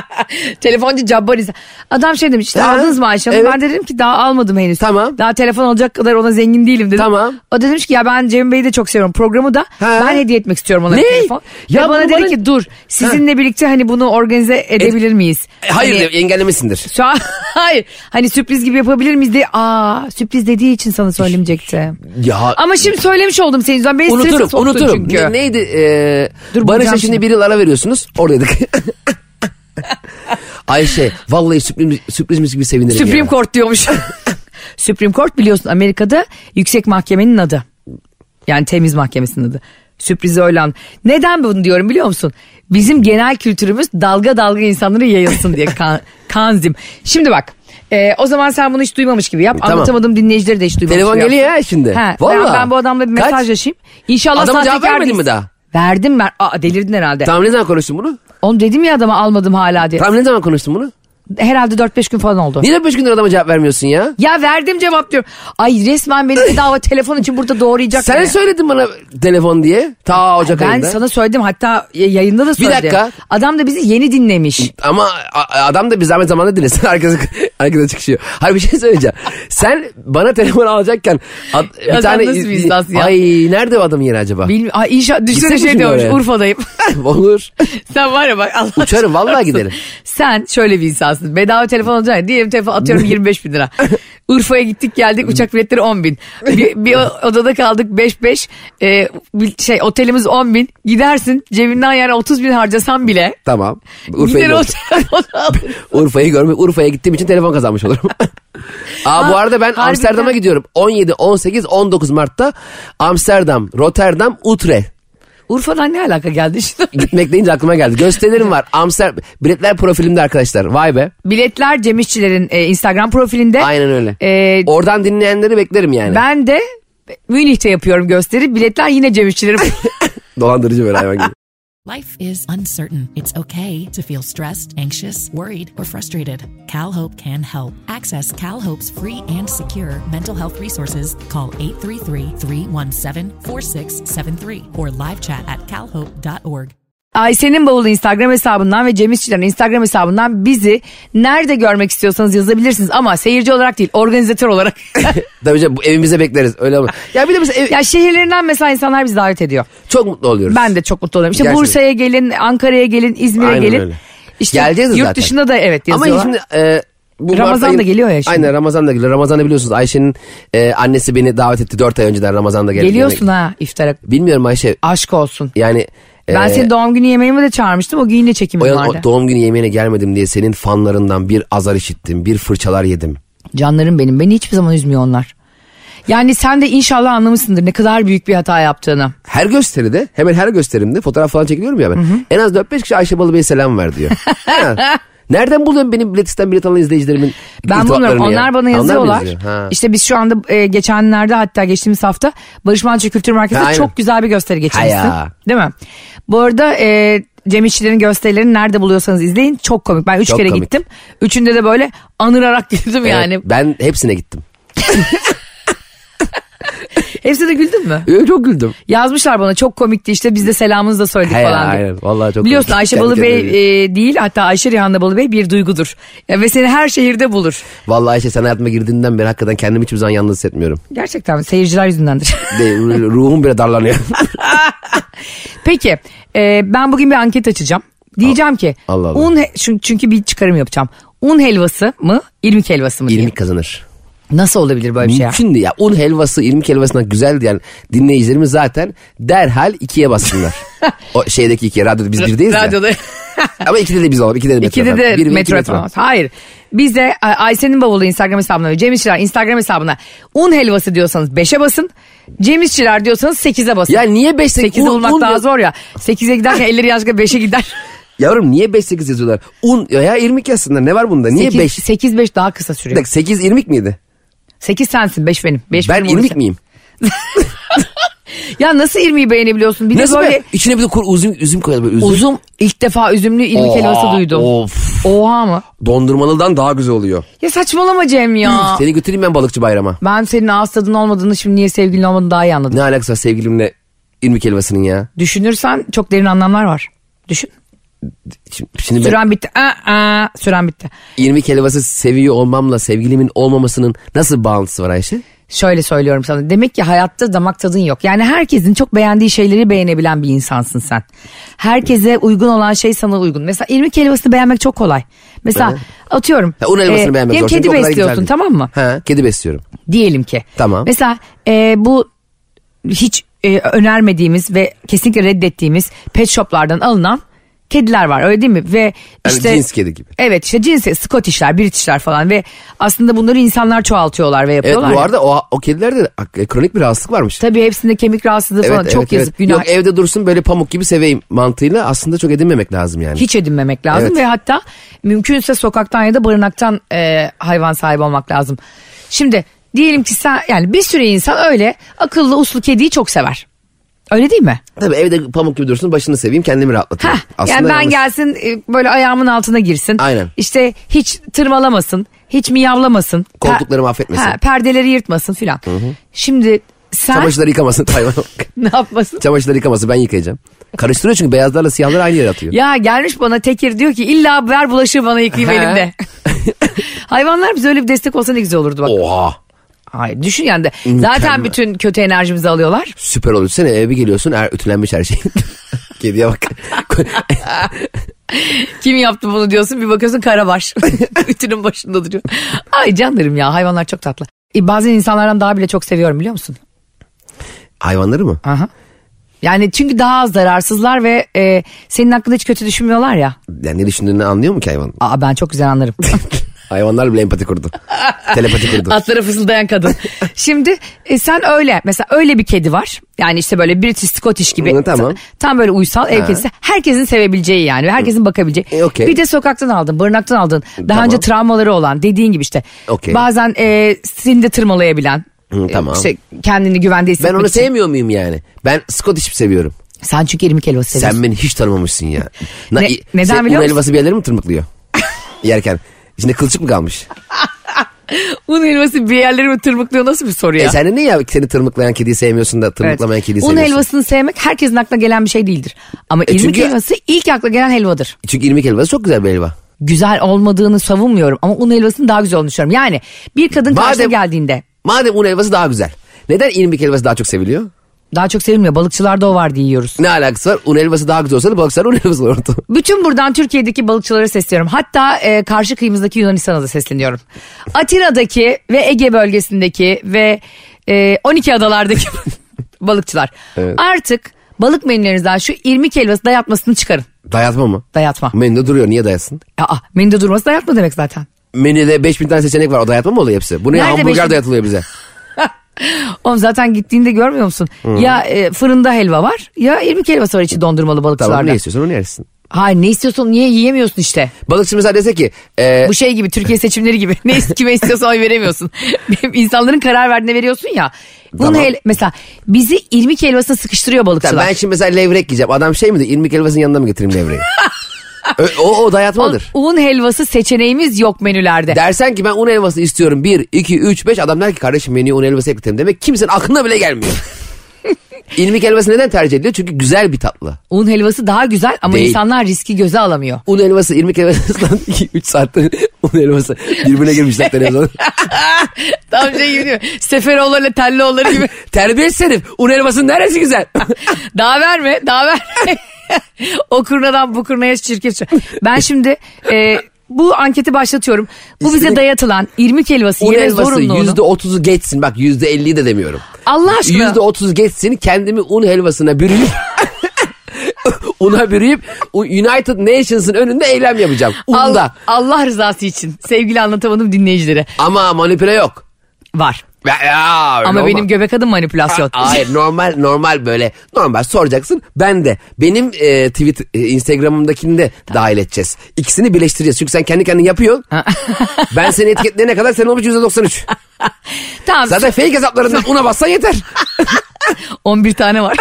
B: Telefoncu cabbarı. Adam şey demiş işte
C: Ha,
B: aldınız mı Ayşe Hanım?
C: evet.
B: Ben de dedim ki daha almadım henüz.
C: Tamam.
B: Daha telefon olacak kadar ona zengin değilim dedim.
C: Tamam.
B: O da demiş ki ya ben Cem Bey'i de çok seviyorum programı da
C: Ha.
B: ben hediye etmek istiyorum ona
C: Ne?
B: bir telefon.
C: Ya
B: Ya Ve bana
C: bunu
B: dedi
C: bana-
B: ki dur sizinle birlikte hani bunu organize edebilir miyiz?
C: E, Hayır
B: Hani-
C: de engellemesindir.
B: Şu an <laughs> hayır hani sürpriz gibi yapabilir miyiz diye aa sürpriz dediği için sana söylemeyecektim.
C: Ya
B: Ama şimdi söylemiş oldum senin yüzünden beni strese
C: unuturum
B: soktun
C: unuturum.
B: çünkü.
C: Ne- neydi? E,
B: Dur,
C: Barış'a
B: bulacağım
C: şimdi
B: şimdi.
C: bir yıl ara veriyorsunuz.
B: <laughs>
C: Oradaydık. Ayşe vallahi sürpriz, sürprizmiş gibi sevinirim
B: Supreme
C: ya.
B: Court
C: <laughs>
B: diyormuş. Supreme Court biliyorsun Amerika'da yüksek mahkemenin adı. Yani temiz mahkemesinin adı. Sürpriz öyle an. Neden bunu diyorum biliyor musun? Bizim genel kültürümüz dalga dalga insanlara yayılsın
C: <laughs>
B: diye kan, kanzim. Şimdi bak e, o zaman sen bunu hiç duymamış gibi yap.
C: Tamam.
B: Anlatamadım dinleyicileri de hiç duymamış
C: Telefon
B: gibi yap.
C: geliyor ha şimdi.
B: He, ben,
C: Vallahi.
B: ben bu adamla bir
C: Kaç?
B: mesajlaşayım. İnşallah
C: Adama cevap
B: sahtekar
C: vermedin
B: değilsin.
C: mi daha?
B: Verdim ben. Aa, delirdin herhalde.
C: Tamam ne zaman konuştun bunu?
B: Oğlum dedim ya adama almadım hala diye.
C: Tamam ne zaman konuştun bunu?
B: herhalde 4-5 gün falan oldu.
C: Niye 5 gündür adama cevap vermiyorsun ya?
B: Ya verdim cevap diyorum. Ay resmen beni bedava telefon için burada doğrayacak.
C: Sen
B: beni.
C: söyledin bana telefon diye. Ta Ocak
B: Ben
C: ayında.
B: sana söyledim hatta yayında da söyledim.
C: dakika.
B: Adam da bizi yeni dinlemiş.
C: Ama a- adam da bir zahmet zamanında dinlesin. <laughs> Herkese, herkese çıkışıyor. Hayır bir şey söyleyeceğim. Sen bana telefon alacakken ad-
B: Ya sen
C: bir tane...
B: nasıl bir insansın ya?
C: Ay nerede o adamın yeri acaba?
B: Bilmiyorum. Ay inşallah düşünsene
C: Gitsene
B: şey
C: şimdi
B: diyormuş
C: oraya.
B: Urfa'dayım. <laughs>
C: <laughs> Olur.
B: Sen var ya bak Allah
C: Uçarım, vallahi
B: aşkına
C: giderim.
B: Sen şöyle bir insansın. Bedava telefon alacaksın. Diyelim telefon
C: <laughs>
B: atıyorum 25 bin lira. Urfa'ya gittik geldik uçak biletleri 10 bin. Bir, bir o- odada kaldık 5-5. Ee, bir şey otelimiz 10 bin. Gidersin cebinden yani 30 bin harcasan bile.
C: Tamam.
B: Gider
C: Urfa'yı,
B: o
C: gör-
B: <laughs> telefonu alırsın.
C: Urfa'yı görme. Urfa'ya gittiğim için telefon kazanmış olurum. <laughs> Aa, bu
B: Ha,
C: arada ben
B: harbiden.
C: Amsterdam'a gidiyorum. 17, 18, 19 Mart'ta Amsterdam, Rotterdam, Utrecht.
B: Urfa'dan ne alaka geldi <laughs> şimdi?
C: Gitmek deyince aklıma geldi. Gösterilerim var. Amsterdam. Biletler profilimde arkadaşlar. Vay be.
B: Biletler Cem İşçilerin e, Instagram profilinde.
C: Aynen öyle.
B: E,
C: Oradan dinleyenleri beklerim yani.
B: ben de Münih'te yapıyorum gösteri. Biletler yine Cem İşçilerin. <laughs>
C: Dolandırıcı böyle hayvan gibi.
A: Life is uncertain. It's okay to feel stressed, anxious, worried, or frustrated. CalHope can help. Access CalHope's free and secure mental health resources. Call 833-317-4673 or live chat at calhope.org.
B: Ayşe'nin bavulu Instagram hesabından ve Cem İşçilerin Instagram hesabından bizi nerede görmek istiyorsanız yazabilirsiniz. Ama seyirci olarak değil organizatör olarak.
C: Tabii canım bu evimize bekleriz. Öyle ama. Ya <laughs> bir de mesela ev-
B: ya şehirlerinden mesela insanlar bizi davet ediyor.
C: çok mutlu oluyoruz.
B: Ben de çok mutlu oluyorum. İşte
C: Gerçekten.
B: Bursa'ya gelin, Ankara'ya gelin, İzmir'e
C: Aynen
B: gelin.
C: öyle.
B: İşte
C: Geleceğiz de
B: yurt
C: zaten.
B: dışında da evet
C: Ama
B: yazıyorlar.
C: şimdi e, bu
B: Ramazan
C: Mart
B: da
C: ayın-
B: geliyor ya şimdi.
C: Aynen Ramazan da geliyor. Ramazan'da biliyorsunuz Ayşe'nin e, annesi beni davet etti 4 ay önceden Ramazan'da geldi.
B: Geliyorsun ha iftara.
C: Bilmiyorum Ayşe.
B: Aşk olsun.
C: Yani e,
B: Ben senin doğum günü yemeğime de çağırmıştım. O gün yine
C: o
B: çekimim
C: yıl-
B: vardı.
C: o doğum günü yemeğine gelmedim diye senin fanlarından bir azar işittim, bir fırçalar yedim.
B: Canlarım benim. Beni hiçbir zaman üzmüyor onlar. Yani sen de inşallah anlamışsındır ne kadar büyük bir hata yaptığını.
C: Her gösteride, hemen her gösterimde fotoğraf falan çekiliyorum ya ben. En az 4-5 kişi Ayşe Balıbey'e selam
B: <laughs>
C: ver diyor. Ha, Nereden buluyorum benim biletisten bilet alan izleyicilerimin
B: Ben bulmuyorum.
C: irtibatlarını ya?
B: Onlar bana
C: Ha, mı
B: yazıyorlar.
C: yazıyor? Ha.
B: işte biz şu anda e, geçenlerde hatta geçtiğimiz hafta Barış Manço Kültür
C: Ha,
B: Merkezi'nde
C: aynen.
B: çok güzel bir gösteri geçirmişsin.
C: Ha ya.
B: Değil mi? Bu arada e, Cem İşçilerin gösterilerini nerede buluyorsanız izleyin. Çok komik. Ben üç
C: Çok
B: kere
C: komik.
B: gittim. Üçünde de böyle anırarak <laughs> girdim
C: Evet,
B: yani.
C: Ben hepsine gittim.
B: Hepsi de güldün mü?
C: Ee, çok güldüm.
B: Yazmışlar bana çok komikti işte biz de selamınızı da söyledik
C: He,
B: falan diye.
C: aynen. Vallahi çok
B: Biliyorsun
C: komik.
B: Ayşe
C: Kendi
B: Balıbey
C: kendine
B: e, değil hatta Ayşe Rihanna Balıbey bir duygudur. Ya, ve seni her şehirde bulur.
C: Vallahi Ayşe sen hayatıma girdiğinden beri hakikaten kendimi hiçbir zaman yalnız hissetmiyorum.
B: Gerçekten seyirciler yüzündendir. <laughs>
C: De, ruhum bile darlanıyor.
B: Peki e, ben bugün bir anket açacağım. Diyeceğim ki
C: Allah Allah.
B: un he- çünkü- çünkü bir çıkarım yapacağım. Un helvası mı irmik helvası mı diye.
C: İrmik kazanır.
B: Nasıl olabilir böyle bir şey? ya?
C: Mümkün değil ya. Un helvası, irmik helvasından güzel diyen dinleyicilerimiz zaten derhal
B: <laughs>
C: ikiye bassınlar. o şeydeki ikiye. Radyoda biz birdeyiz ya.
B: Radyoda
C: <laughs> Ama ikide de biz olalım. İkide de metro.
B: ikide de
C: efendim. Bir ve iki
B: metro yapamaz. Hayır. Biz de Ay- Ayşe'nin bavulu Instagram hesabına ve Cem İşçiler Instagram hesabına un helvası diyorsanız 5'e basın. Cem İşçiler diyorsanız 8'e basın.
C: Ya niye 5 8
B: 8'e bulmak daha zor ya. 8'e giderken elleri yaşka 5'e gider.
C: Yavrum niye 5 8 yazıyorlar? Un ya irmik yazsınlar. Ne var bunda? <laughs> Niye 5?
B: 8 5 daha kısa sürüyor.
C: 8 irmik miydi?
B: 8 sensin 5 benim. 5
C: ben irmik miyim?
B: Ya nasıl irmiği beğenebiliyorsun? Bir
C: Nasıl
B: de böyle
C: be? İçine bir de kur, üzüm, üzüm koyalım. Böyle üzüm.
B: Uzun ilk defa üzümlü irmik
C: Oha,
B: helvası duydum.
C: of.
B: Oha mı?
C: Dondurmalıdan daha güzel oluyor.
B: Ya saçmalama Cem ya.
C: Seni götüreyim ben balıkçı bayrama.
B: ben senin ağız tadın olmadığını şimdi niye sevgilin olmadığını daha iyi anladım.
C: Ne alakası var sevgilimle irmik helvasının ya?
B: Düşünürsen çok derin anlamlar var. Düşün.
C: Şimdi, şimdi ben
B: Süren bitti. Aa, aa, süren bitti.
C: irmik helvası seviyor olmamla sevgilimin olmamasının nasıl bir bağlantısı var Ayşe?
B: Şöyle söylüyorum sana. Demek ki hayatta damak tadın yok. Yani herkesin çok beğendiği şeyleri beğenebilen bir insansın sen. Herkese uygun olan şey sana uygun. Mesela irmik helvasını beğenmek çok kolay. Mesela atıyorum.
C: Ha, un helvasını
B: e,
C: beğenmek
B: diyelim
C: zor. çünkü
B: kedi
C: o kadar
B: besliyorsun
C: güzel değil.
B: tamam mı?
C: Ha, kedi besliyorum.
B: diyelim ki.
C: Tamam.
B: Mesela e, bu hiç e, önermediğimiz ve kesinlikle reddettiğimiz pet shoplardan alınan kediler var öyle değil mi? Ve
C: Yani
B: işte
C: cins kedi gibi.
B: Evet işte cins Scottish'ler, British'ler falan ve aslında bunları insanlar çoğaltıyorlar ve
C: Evet
B: yapıyorlar.
C: bu
B: ya.
C: arada o, o kedilerde de ak- e, kronik bir rahatsızlık varmış.
B: Tabii hepsinde kemik rahatsızlığı
C: Evet,
B: falan
C: evet,
B: çok yazık
C: evet.
B: günah.
C: Yok evde dursun böyle pamuk gibi seveyim mantığıyla aslında çok edinmemek lazım yani.
B: Hiç edinmemek lazım
C: Evet.
B: ve hatta mümkünse sokaktan ya da barınaktan e, hayvan sahibi olmak lazım. Şimdi diyelim ki sen yani bir sürü insan öyle akıllı uslu kediyi çok sever. Öyle değil mi?
C: Tabii evde pamuk gibi dursun başını seveyim kendimi rahatlatayım.
B: yani ben
C: yalnız-
B: gelsin e, böyle ayağımın altına girsin.
C: Aynen.
B: İşte hiç tırmalamasın, hiç miyavlamasın. Per-
C: Koltuklarımı affetmesin.
B: Ha, perdeleri yırtmasın filan. Şimdi sen
C: Çamaşırları yıkamasın <laughs> hayvan.
B: <laughs> ne yapmasın?
C: Çamaşırları yıkamasın ben yıkayacağım. Karıştırıyor çünkü beyazlarla siyahları aynı yere atıyor.
B: Ya gelmiş bana Tekir diyor ki illa ver bulaşığı bana yıkayayım
C: He. <laughs>
B: elimde. Hayvanlar bize öyle bir destek olsa ne güzel olurdu bak.
C: Oha
B: Hayır düşün yani de.
C: Mükemmel.
B: Zaten bütün kötü enerjimizi alıyorlar.
C: süper olur. Sen eve bir geliyorsun er, ütülenmiş her şey. <laughs> Kediye bak. <laughs>
B: Kim yaptı bunu diyorsun bir bakıyorsun
C: <laughs>
B: karabaş. Ütünün başında duruyor. Ay canlarım ya hayvanlar çok tatlı. E, bazen insanlardan daha bile çok seviyorum biliyor musun?
C: Hayvanları mı?
B: Aha. Yani çünkü daha az zararsızlar ve e, senin hakkında hiç kötü düşünmüyorlar ya.
C: Yani ne düşündüğünü anlıyor mu ki hayvan?
B: Aa ben çok güzel
C: <laughs>
B: anlarım.
C: Hayvanlar bile empati kurdu. Telepati
B: <laughs>
C: kurdu.
B: Atlara fısıldayan kadın. <laughs> Şimdi e, sen öyle mesela öyle bir kedi var. Yani işte böyle British Scottish gibi.
C: Hı, tamam.
B: Ta- Tam böyle uysal ev kedisi. Herkesin sevebileceği yani. Herkesin bakabileceği.
C: E, okey.
B: Bir de sokaktan aldın, barınaktan aldın. Daha
C: Tamam.
B: önce travmaları olan dediğin gibi işte.
C: Okey.
B: Bazen e, seni de tırmalayabilen.
C: Hı,
B: e,
C: tamam.
B: işte kendini güvende
C: Ben
B: hissetmek
C: onu
B: için.
C: sevmiyor muyum yani? Ben Scottish'i seviyorum.
B: Sen çünkü irmik helvası seviyorsun.
C: Sen beni hiç tanımamışsın ya. Na-
B: Ne- neden
C: sen
B: biliyor
C: un
B: musun?
C: helvası bir yerleri mi
B: <laughs>
C: tırmıklıyor? Yerken. İçinde kılçık mı kalmış?
B: Un helvası bir yerlerimi tırmıklıyor nasıl bir soru ya?
C: E sen de ne ya seni tırmıklayan kediyi sevmiyorsun da
B: Evet.
C: tırmıklamayan kediyi
B: Un
C: seviyorsun?
B: helvasını sevmek herkesin aklına gelen bir şey değildir. Ama irmik
C: E çünkü-
B: helvası ilk akla gelen helvadır.
C: Çünkü irmik helvası çok güzel bir helva.
B: Güzel olmadığını savunmuyorum ama un helvasının daha güzel olduğunu düşünüyorum. Yani bir kadın karşına
C: Madem-
B: geldiğinde
C: Madem un helvası daha güzel. Neden irmik helvası daha çok seviliyor?
B: daha çok sevilmiyor. Balıkçılarda o var diye yiyoruz.
C: Ne alakası var? Un helvası daha güzel olsaydı balıkçılar un helvası olurdu.
B: Bütün buradan Türkiye'deki balıkçılara sesleniyorum. Hatta e, karşı kıyımızdaki Yunanistan'a da sesleniyorum. Atina'daki ve Ege bölgesindeki ve e, 12 adalardaki <laughs> balıkçılar.
C: Evet.
B: Artık balık menülerinizden şu irmik helvası dayatmasını çıkarın.
C: <laughs> Dayatma mı?
B: Dayatma.
C: Menüde duruyor niye dayatsın?
B: Aa, menüde durması dayatma demek zaten.
C: Menüde 5000 tane seçenek var o dayatma mı oluyor hepsi? Bu ne ya,
B: Nerede
C: hamburger
B: beş bin-
C: dayatılıyor bize?
B: Oğlum zaten gittiğinde görmüyor musun? Ya e, fırında helva var ya irmik helvası var içi dondurmalı balıkçılarda.
C: Tamam ne istiyorsan onu yersin.
B: Hayır ne istiyorsun niye yiyemiyorsun işte.
C: Balıkçı mesela dese ki e,
B: Bu şey gibi Türkiye seçimleri gibi. Ne ist- kime istiyorsan oy
C: <laughs>
B: veremiyorsun. İnsanların karar verdiğine veriyorsun ya. Bunun
C: Tamam.
B: hel- mesela bizi irmik helvasına sıkıştırıyor
C: Ya
B: balıkçılar.
C: ben şimdi mesela levrek yiyeceğim. Adam şey mi diyor? İrmik helvasının yanına mı getireyim
B: <laughs>
C: levreği? Ö- o, o dayatmadır.
B: Un helvası seçeneğimiz yok menülerde.
C: Dersen ki ben un helvası istiyorum. 1, 2, 3, 5. Adam der ki kardeşim menüye un helvası ekletelim. Demek kimsenin aklına
B: <laughs>
C: bile gelmiyor. İrmik helvası neden tercih ediliyor? Çünkü güzel bir tatlı.
B: Un helvası daha güzel ama
C: Değil.
B: insanlar riski göze alamıyor.
C: Un helvası, irmik <laughs> helvasından 3 saatte un helvası birbirine girmişler
B: <laughs>
C: televizyonda.
B: Tam şey gibi değil <laughs> mi? Seferoğulları ile Telloğulları gibi.
C: Terbiyesiz herif. Un helvasının
B: <laughs>
C: neresi güzel?
B: Daha verme, daha verme. o kurnadan bu kurnaya çirkef. çir- Ben şimdi e, bu anketi başlatıyorum. Bu bize
C: İşte-
B: dayatılan irmik
C: <laughs>
B: helvası
C: un
B: yeme
C: helvası
B: zorunlu onu.
C: %30'u geçsin. Bak %50'yi de demiyorum.
B: Allah aşkına.
C: Yüzde otuz geçsin kendimi un helvasına bürüyüp <laughs> una bürüyüp United Nations'ın önünde eylem yapacağım. Unda.
B: Al- Allah rızası için sevgili anlatamadım dinleyicilere.
C: Ama manipüle yok.
B: Var.
C: Ya, ya,
B: Ama
C: normal-
B: benim göbek adım manipülasyon.
C: Ha, Hayır normal normal böyle normal soracaksın ben de benim e, tweet e, Instagram'ımdakini de dahil edeceğiz. İkisini birleştireceğiz çünkü sen kendi kendine yapıyorsun. ben seni etiketleyene kadar sen olmuş %93.
B: tamam
C: Zaten fake hesaplarından una bassan yeter.
B: 11 tane var.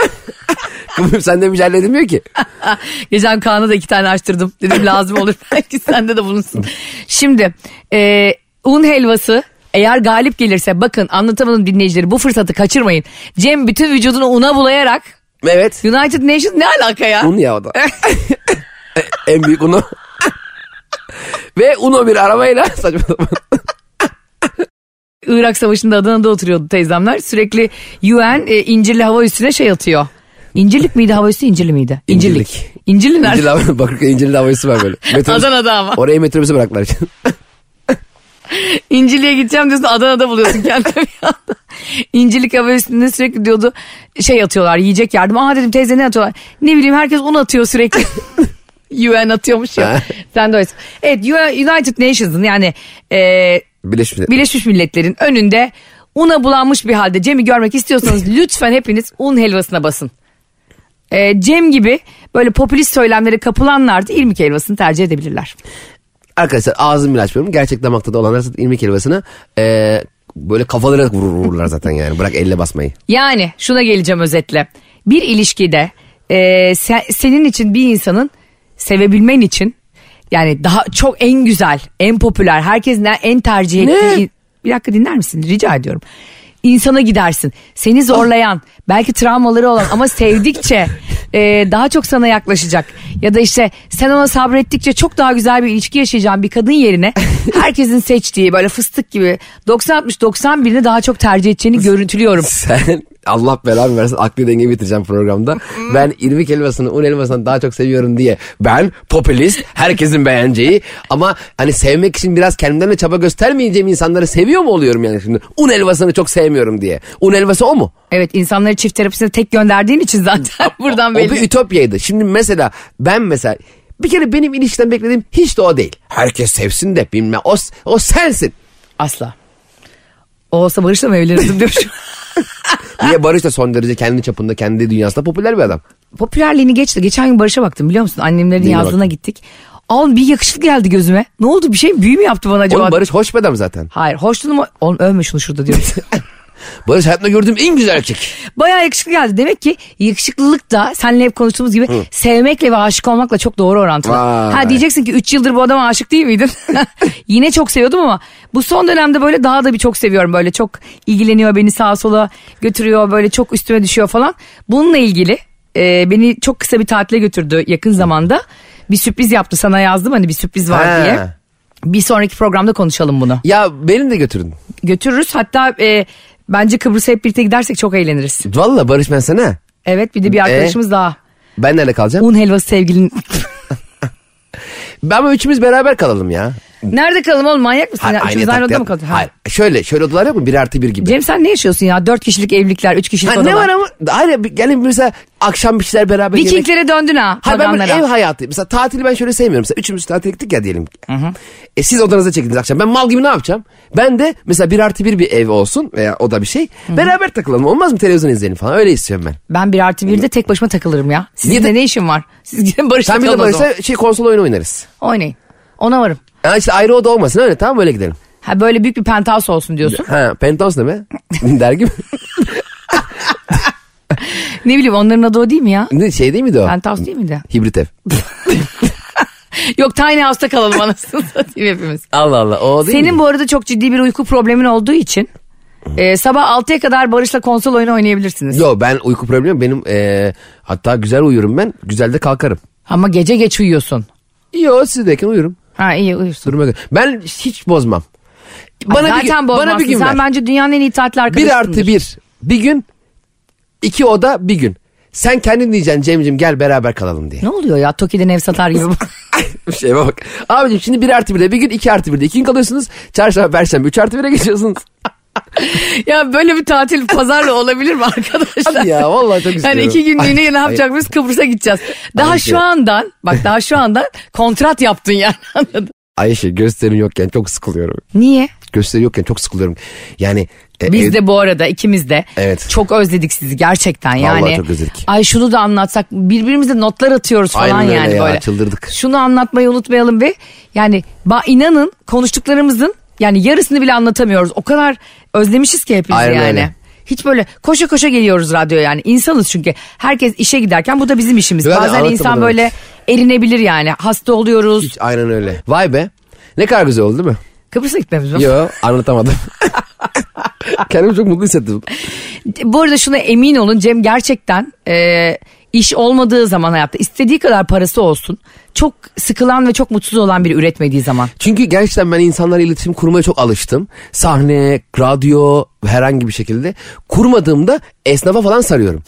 C: sen de mücadele edilmiyor ki.
B: <laughs> Geçen Kaan'a da iki tane açtırdım. Dedim lazım olur <laughs> belki sende de bulunsun. Şimdi e, un helvası eğer galip gelirse bakın anlatamadım dinleyicileri bu fırsatı kaçırmayın. Cem bütün vücudunu una bulayarak
C: Evet.
B: United Nations ne alaka ya?
C: Un ya o da. E, en büyük Uno. Ve Uno bir arabayla <laughs> saçmalama.
B: Irak Savaşı'nda Adana'da oturuyordu teyzemler. Sürekli UN e, incirli hava üstüne şey atıyor. İncirlik miydi hava üstü incirli miydi?
C: İncirlik.
B: İncirli nerede?
C: İncirli hava, Bakırköy İncirli havayısı var böyle. Metrobüs,
B: Adana'da ama.
C: oraya metrobüsü bıraktılar. <laughs>
B: İncirli'ye gideceğim diyorsun Adana'da buluyorsun kendini bir anda. İncirlik hava üstünde sürekli diyordu şey atıyorlar yiyecek yardım. Aa dedim teyze ne atıyorlar? Ne bileyim herkes un atıyor sürekli. <laughs> UN atıyormuş ya. Sen de öylesin. Evet United Nations'ın yani e,
C: Birleşmiş Milletler.
B: Birleşmiş Milletler'in önünde una bulanmış bir halde Cem'i görmek istiyorsanız lütfen hepiniz un helvasına basın. Ee, Cem gibi böyle popülist söylemlere kapılanlar da irmik helvasını tercih edebilirler.
C: Arkadaşlar ağzımı bile açmıyorum. Gerçek damakta da olanlar zaten e, irmik helvasını eee, böyle kafalara vurur, vururlar zaten yani. Bırak elle basmayı.
B: Yani şuna geleceğim özetle. bir ilişkide e, se- senin için bir insanın sevebilmen için yani daha çok en güzel, en popüler, herkesin en- en tercih ettiği... Bir dakika dinler misin? Rica ediyorum. İnsana gidersin. Seni zorlayan, belki travmaları olan ama sevdikçe e, daha çok sana yaklaşacak. Ya da işte sen ona sabrettikçe çok daha güzel bir ilişki yaşayacağın bir kadın yerine herkesin seçtiği böyle fıstık gibi 90-60-90 birini daha çok tercih edeceğini görüntülüyorum.
C: Sen <laughs> Allah belamı versin akli dengeyi bitireceğim programda. Ben irmik helvasını un helvasından daha çok seviyorum diye. Ben popülist herkesin beğeneceği ama hani sevmek için biraz kendimden de çaba göstermeyeceğim insanları seviyor mu oluyorum yani şimdi? Un helvasını çok sevmiyorum diye. Un helvası o mu?
B: Evet insanları çift terapisine tek gönderdiğin için zaten buradan
C: <laughs> O bir
B: belli.
C: ütopyaydı. Şimdi mesela ben mesela bir kere benim ilişkiden beklediğim hiç de o değil. Herkes sevsin de bilmem o, o sensin.
B: Asla. O olsa Barış'la mı evlenirdim
C: <laughs>
B: diyor şu an. Ah.
C: Niye Barış da son derece kendi çapında kendi dünyasında popüler bir adam.
B: popülerliğini geçti. Geçen gün Barış'a baktım biliyor musun? Annemlerin
C: Neyine
B: yazdığına
C: baktın?
B: gittik. Al bir yakışıklı geldi gözüme. Ne oldu bir şey mi? büyü mü yaptı bana acaba?
C: Oğlum Barış hoş bir adam zaten.
B: Hayır hoşlanım o- Oğlum övme şunu şurada diyorum.
C: <laughs> Barış hayatımda gördüğüm en güzel erkek.
B: Bayağı yakışıklı geldi. Demek ki yakışıklılık da seninle hep konuştuğumuz gibi sevmekle ve aşık olmakla çok doğru orantılı.
C: Vay.
B: Ha diyeceksin ki 3 yıldır bu adama aşık değil miydin? <laughs> Yine çok seviyordum ama bu son dönemde böyle daha da bir çok seviyorum. Böyle çok ilgileniyor beni sağa sola götürüyor böyle çok üstüme düşüyor falan. Bununla ilgili e, beni çok kısa bir tatile götürdü yakın zamanda. Bir sürpriz yaptı sana yazdım hani bir sürpriz var
C: Ha.
B: diye. Bir sonraki programda konuşalım bunu.
C: Ya beni de götürün.
B: Götürürüz hatta e, bence Kıbrıs'a hep birlikte gidersek çok eğleniriz.
C: Valla Barış ben sana.
B: Evet bir de bir arkadaşımız daha.
C: Ben nerede kalacağım?
B: Un helvası sevgilin.
C: Ben ama üçümüz beraber kalalım ya.
B: Nerede kalalım oğlum manyak mısın?
C: Hayır,
B: ya? Üçümüz aynı odada
C: taktiğe-
B: mı kaldık?
C: Hayır. Şöyle şöyle odalar yok mu? Bir artı bir gibi.
B: Cem sen ne yaşıyorsun ya? Dört kişilik evlilikler, üç kişilik
C: Ha,
B: odalar.
C: ne var ama? Hayır bir- gelin mesela akşam bir şeyler beraber yemek.
B: Vikinglere döndün ha.
C: Hayır ben böyle
B: paganlara.
C: ev hayatı. Mesela tatili ben şöyle sevmiyorum. Mesela üçümüz tatile gittik ya diyelim. E siz odanıza çekildiniz akşam. Ben mal gibi ne yapacağım? Ben de mesela bir artı bir bir ev olsun veya o da bir şey. Beraber takılalım. Olmaz mı televizyon izleyelim falan. Öyle istiyorum ben.
B: Ben bir artı birde tek başıma takılırım ya. Sizin
C: Niye
B: de,
C: de-
B: ne işin var? Siz gidin Barış'la
C: Sen bir de
B: kalın o zaman.
C: Barış'la şey konsol oyunu oynarız.
B: Oynayın. Ona varım.
C: Ha işte ayrı oda olmasın öyle tamam böyle gidelim.
B: Ha böyle büyük bir penthouse olsun diyorsun.
C: Ha Penthouse ne be? <laughs> Dergi mi?
B: ne bileyim onların adı o değil mi ya?
C: Ne şey değil miydi o?
B: Penthouse değil miydi?
C: Hibrit ev.
B: Yok Tiny House'ta kalalım anasını <laughs> satayım hepimiz.
C: Allah Allah o değil
B: Senin
C: mi?
B: bu arada çok ciddi bir uyku problemin olduğu için e, sabah 6'ya kadar Barış'la konsol oyunu oynayabilirsiniz.
C: Yo ben uyku problemi yok. benim eee, hatta güzel uyurum ben güzel de kalkarım.
B: Ama gece geç uyuyorsun.
C: Yo sizdeyken uyurum.
B: Ha iyi uyursun.
C: Duruma göre. Ben hiç bozmam.
B: Bana Zaten
C: gün-
B: bozmazsın.
C: bana bir gün
B: Sen
C: ver.
B: bence dünyanın en iyi tatil arkadaşısın.
C: Bir artı bir. Bir gün iki oda bir gün. Sen kendin diyeceksin Cem'cim gel beraber kalalım diye.
B: Ne oluyor ya Toki'den ev satar <laughs> gibi.
C: <laughs> Bir şeye bak. Abicim şimdi bir artı birde bir gün iki artı birde iki gün kalıyorsunuz. Çarşamba perşembe üç artı bire geçiyorsunuz.
B: ya böyle bir tatil pazarla olabilir mi arkadaşlar?
C: Hadi ya, vallahi çok
B: Yani
C: istiyorum.
B: iki günlüğüne
C: Ay,
B: ne yapacak biz Kıbrıs'a gideceğiz. Daha
C: Ay,
B: şu
C: şey.
B: andan bak daha şu andan kontrat yaptın yani anladın.
C: Ayşe gösterin yokken çok sıkılıyorum.
B: <laughs> Niye?
C: Gösteri yokken çok sıkılıyorum. Yani e,
B: Biz
C: ev-
B: de bu arada ikimiz de
C: Evet.
B: çok özledik sizi gerçekten yani.
C: çok özledik.
B: Ay şunu da anlatsak birbirimize notlar atıyoruz falan
C: Aynen öyle
B: yani
C: ya,
B: böyle.
C: çıldırdık.
B: Şunu anlatmayı unutmayalım ve yani ba- inanın konuştuklarımızın yani yarısını bile anlatamıyoruz. O kadar özlemişiz ki hepimiz
C: Aynen
B: yani.
C: öyle.
B: Hiç böyle koşa koşa geliyoruz radyoya yani insanız çünkü herkes işe giderken bu da bizim işimiz.
C: Ben de
B: Bazen insan
C: anlatamadım.
B: böyle erinebilir yani hasta oluyoruz.
C: Hiç, aynen öyle. Vay be. Ne kadar güzel oldu değil mi?
B: Kıbrıs'a gitmemiz mi?
C: Yo anlatamadım. <laughs> Kendimi çok mutlu hissettim.
B: Bu arada şuna emin olun Cem gerçekten e, iş olmadığı zaman hayatta istediği kadar parası olsun çok sıkılan ve çok mutsuz olan biri üretmediği zaman.
C: Çünkü gerçekten ben insanlarla iletişim kurmaya çok alıştım. Sahne, radyo herhangi bir şekilde kurmadığımda esnafa falan sarıyorum.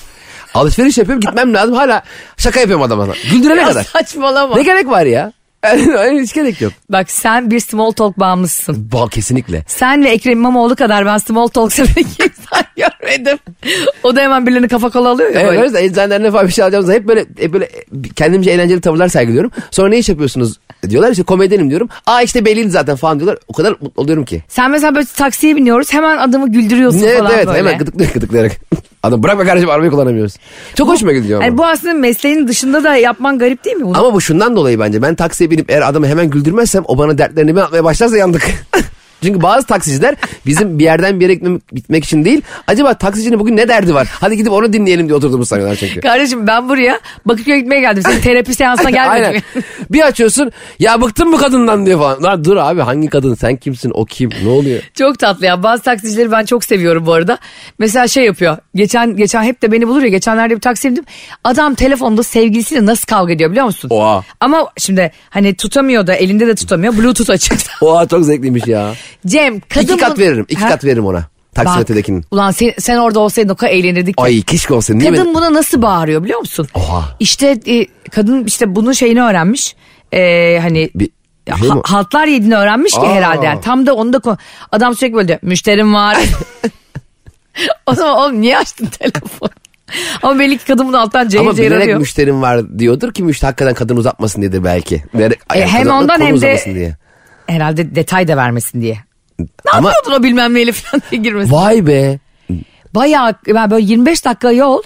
C: Alışveriş yapıyorum gitmem lazım hala şaka yapıyorum adama. Güldürene
B: Ya
C: kadar.
B: saçmalama.
C: Ne gerek var ya? <laughs> Yani Hiç gerek yok.
B: Bak sen bir small talk bağımlısısın.
C: Ba, kesinlikle.
B: Sen ve Ekrem İmamoğlu kadar ben small talk <laughs> seven kimse görmedim. O da hemen birilerini kafa kola alıyor ya. böyle.
C: Evet, evet. Eczaneden ne falan bir şey alacağımız hep böyle, hep böyle kendimce eğlenceli tavırlar sergiliyorum. Sonra ne iş yapıyorsunuz diyorlar işte komedyenim diyorum. Aa işte belliydi zaten falan diyorlar. O kadar mutlu oluyorum ki.
B: Sen mesela böyle taksiye biniyoruz hemen adamı güldürüyorsun
C: Evet
B: falan
C: evet
B: böyle.
C: hemen gıdıklıyor gıdıklayarak. <laughs> Adam bırak be kardeşim arabayı kullanamıyoruz. Çok hoşuma gidiyor ama.
B: Yani Hani bu aslında mesleğin dışında da yapman garip değil mi? <laughs> Bunu?
C: Ama bu şundan dolayı bence ben taksiye binip eğer adamı hemen güldürmezsem o bana dertlerini ben atmaya başlarsa yandık. <laughs> Çünkü bazı taksiciler bizim bir yerden bir yere gitmek, gitmek için değil. Acaba taksicinin bugün ne derdi var? Hadi gidip onu dinleyelim diye oturduğumuz sanıyorlar
B: <laughs>
C: çünkü.
B: Kardeşim ben buraya Bakırköy'e gitmeye geldim.
C: <laughs>
B: Senin terapi seansına gelmedim.
C: Aynen. <laughs> bir açıyorsun ya bıktın mı kadından diye falan. Lan dur abi hangi kadın sen kimsin o kim ne oluyor?
B: <laughs> Çok tatlı ya. Bazı taksicileri ben çok seviyorum bu arada. Mesela şey yapıyor. Geçen geçen hep de beni bulur ya. Geçenlerde bir taksiye bindim. Adam telefonda sevgilisiyle nasıl kavga ediyor biliyor musun?
C: Oha.
B: Ama şimdi hani tutamıyor da elinde de tutamıyor. Bluetooth açık. <laughs>
C: Oha çok zevkliymiş ya.
B: Cem kadın
C: iki kat
B: bunu-
C: veririm. iki
B: Ha?
C: kat veririm ona. Taksimetredekinin.
B: Bak, ulan sen, sen orada olsaydın o kadar eğlenirdik ki.
C: Ay keşke olsa değil mi?
B: Kadın buna nasıl bağırıyor biliyor musun?
C: Oha.
B: İşte e, kadın işte bunun şeyini öğrenmiş. Ee, hani
C: Bir- bir
B: ha-
C: şey mi?
B: haltlar yediğini öğrenmiş ki
C: Aa.
B: herhalde. yani. Tam da onu da ko- adam sürekli böyle diyor, müşterim
C: <laughs>
B: var. o zaman oğlum niye açtın telefonu? <laughs> Ama belli ki kadın bunu alttan cayır
C: Ama
B: cayır
C: bilerek
B: arıyor.
C: müşterim var diyordur ki müşteri hakikaten kadın uzatmasın diyedir belki. Bilerek- yani
B: E, hem
C: kadın-
B: ondan
C: konu
B: hem de-
C: uzamasın diye.
B: Herhalde detay da vermesin diye. Ne
C: Ama-
B: yapıyordun o bilmem neyle falan diye girmesin.
C: Vay be.
B: Bayağı ben böyle 25 dakika yol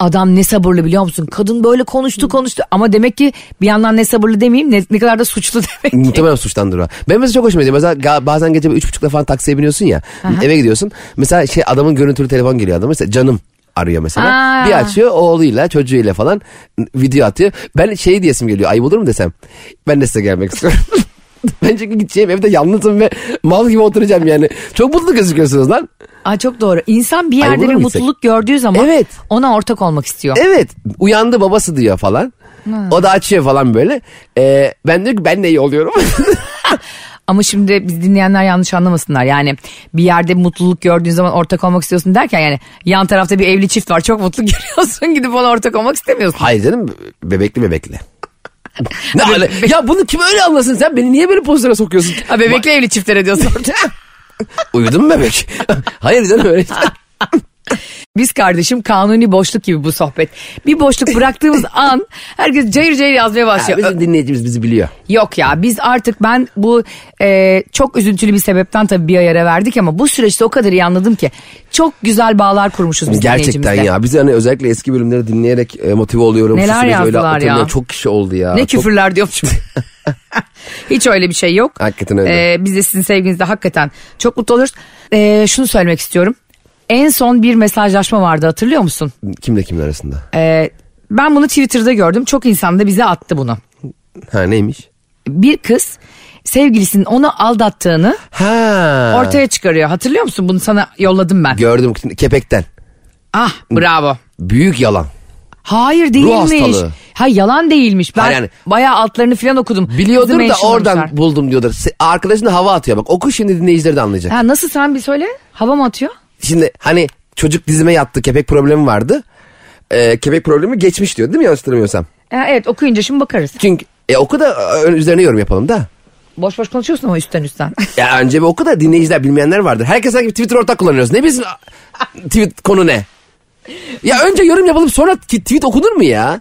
B: adam ne sabırlı biliyor musun? Kadın böyle konuştu konuştu ama demek ki bir yandan ne sabırlı demeyeyim ne, ne kadar da suçlu <laughs> demek.
C: Muhtemelen suçlandır o. Ben mesela çok hoşuma gidiyor. Mesela ga- bazen gece böyle üç buçukta falan taksiye biniyorsun ya. Eve gidiyorsun. Mesela şey adamın görüntülü telefon geliyor adama. Mesela canım arıyor mesela.
B: Aa.
C: Bir açıyor oğluyla çocuğuyla falan video atıyor. Ben şey diyesim geliyor ayıp olur mu desem. Ben de size gelmek istiyorum. <laughs> ben çünkü gideceğim evde yalnızım ve mal gibi oturacağım yani. Çok mutlu gözüküyorsunuz lan.
B: Aa, çok doğru. İnsan bir yerde
C: Ay, buna
B: bir
C: mı gitsek?
B: mutluluk gördüğü zaman
C: Evet.
B: ona ortak olmak istiyor.
C: Evet uyandı babası diyor falan. O da açıyor falan böyle. Ee, ben diyor ki ben de iyi oluyorum. <laughs>
B: Ama şimdi biz dinleyenler yanlış anlamasınlar. Yani bir yerde mutluluk gördüğün zaman ortak olmak istiyorsun derken yani yan tarafta bir evli çift var çok mutlu <laughs> görüyorsun gidip ona ortak olmak istemiyorsun.
C: Hayır canım bebekli bebekli. ne ale- ya bunu kim öyle anlasın sen beni niye böyle pozisyona sokuyorsun? <laughs>
B: Ha, bebekle evli çiftlere diyorsun.
C: Uyudun mu bebek? <laughs> Hayır
B: <laughs>
C: canım öyle.
B: Biz kardeşim kanuni boşluk gibi bu sohbet. Bir
C: <laughs>
B: boşluk bıraktığımız an herkes cayır cayır yazmaya başlıyor.
C: Bizim dinleyicimiz bizi biliyor.
B: Yok ya biz artık ben bu e, çok üzüntülü bir sebepten tabii bir ayara verdik ama bu süreçte o kadar iyi anladım ki çok güzel bağlar kurmuşuz biz
C: Gerçekten
B: dinleyicimizle.
C: ya. Biz hani özellikle eski bölümleri dinleyerek e, motive oluyorum. Şu
B: Neler
C: süreci öyle
B: yazdılar
C: atlatıyorum.
B: ya.
C: Çok kişi oldu ya.
B: Ne
C: Çok-
B: küfürler
C: <laughs>
B: diyor. Hiç öyle bir şey yok.
C: Hakikaten öyle.
B: E, biz de sizin sevginizle hakikaten çok mutlu oluruz. E, şunu söylemek istiyorum. En son bir mesajlaşma vardı hatırlıyor musun?
C: Kimle kimin arasında?
B: E, ben bunu Twitter'da gördüm. Çok insan da bize attı bunu.
C: Ha neymiş?
B: bir kız sevgilisinin onu aldattığını
C: Ha.
B: ortaya çıkarıyor. Hatırlıyor musun? Bunu sana yolladım ben.
C: Gördüm kepekten.
B: ah bravo.
C: Büyük yalan.
B: Hayır değilmiş.
C: hastalığı.
B: Ha yalan değilmiş. Ben
C: Hayır, yani-
B: bayağı altlarını falan okudum.
C: Biliyordur
B: Kızı
C: da
B: mentionlamışlar.
C: oradan buldum diyordur. Se- Arkadaşına hava atıyor bak. Oku şimdi dinleyicileri de anlayacak.
B: Ha, nasıl sen bir söyle? Hava mı atıyor?
C: Şimdi hani çocuk dizime yattı kepek problemi vardı. Ee, kepek problemi geçmiş diyor değil mi yanlış hatırlamıyorsam?
B: Ha, evet okuyunca şimdi bakarız.
C: Çünkü e, oku da e, üzerine yorum yapalım da.
B: Boş boş konuşuyorsun ama üstten üstten. <laughs>
C: Ya önce bir oku da dinleyiciler bilmeyenler vardır. Herkes sanki Twitter ortak kullanıyoruz. Ne bilsin tweet konu ne? Ya önce yorum yapalım sonra t- tweet okunur mu ya?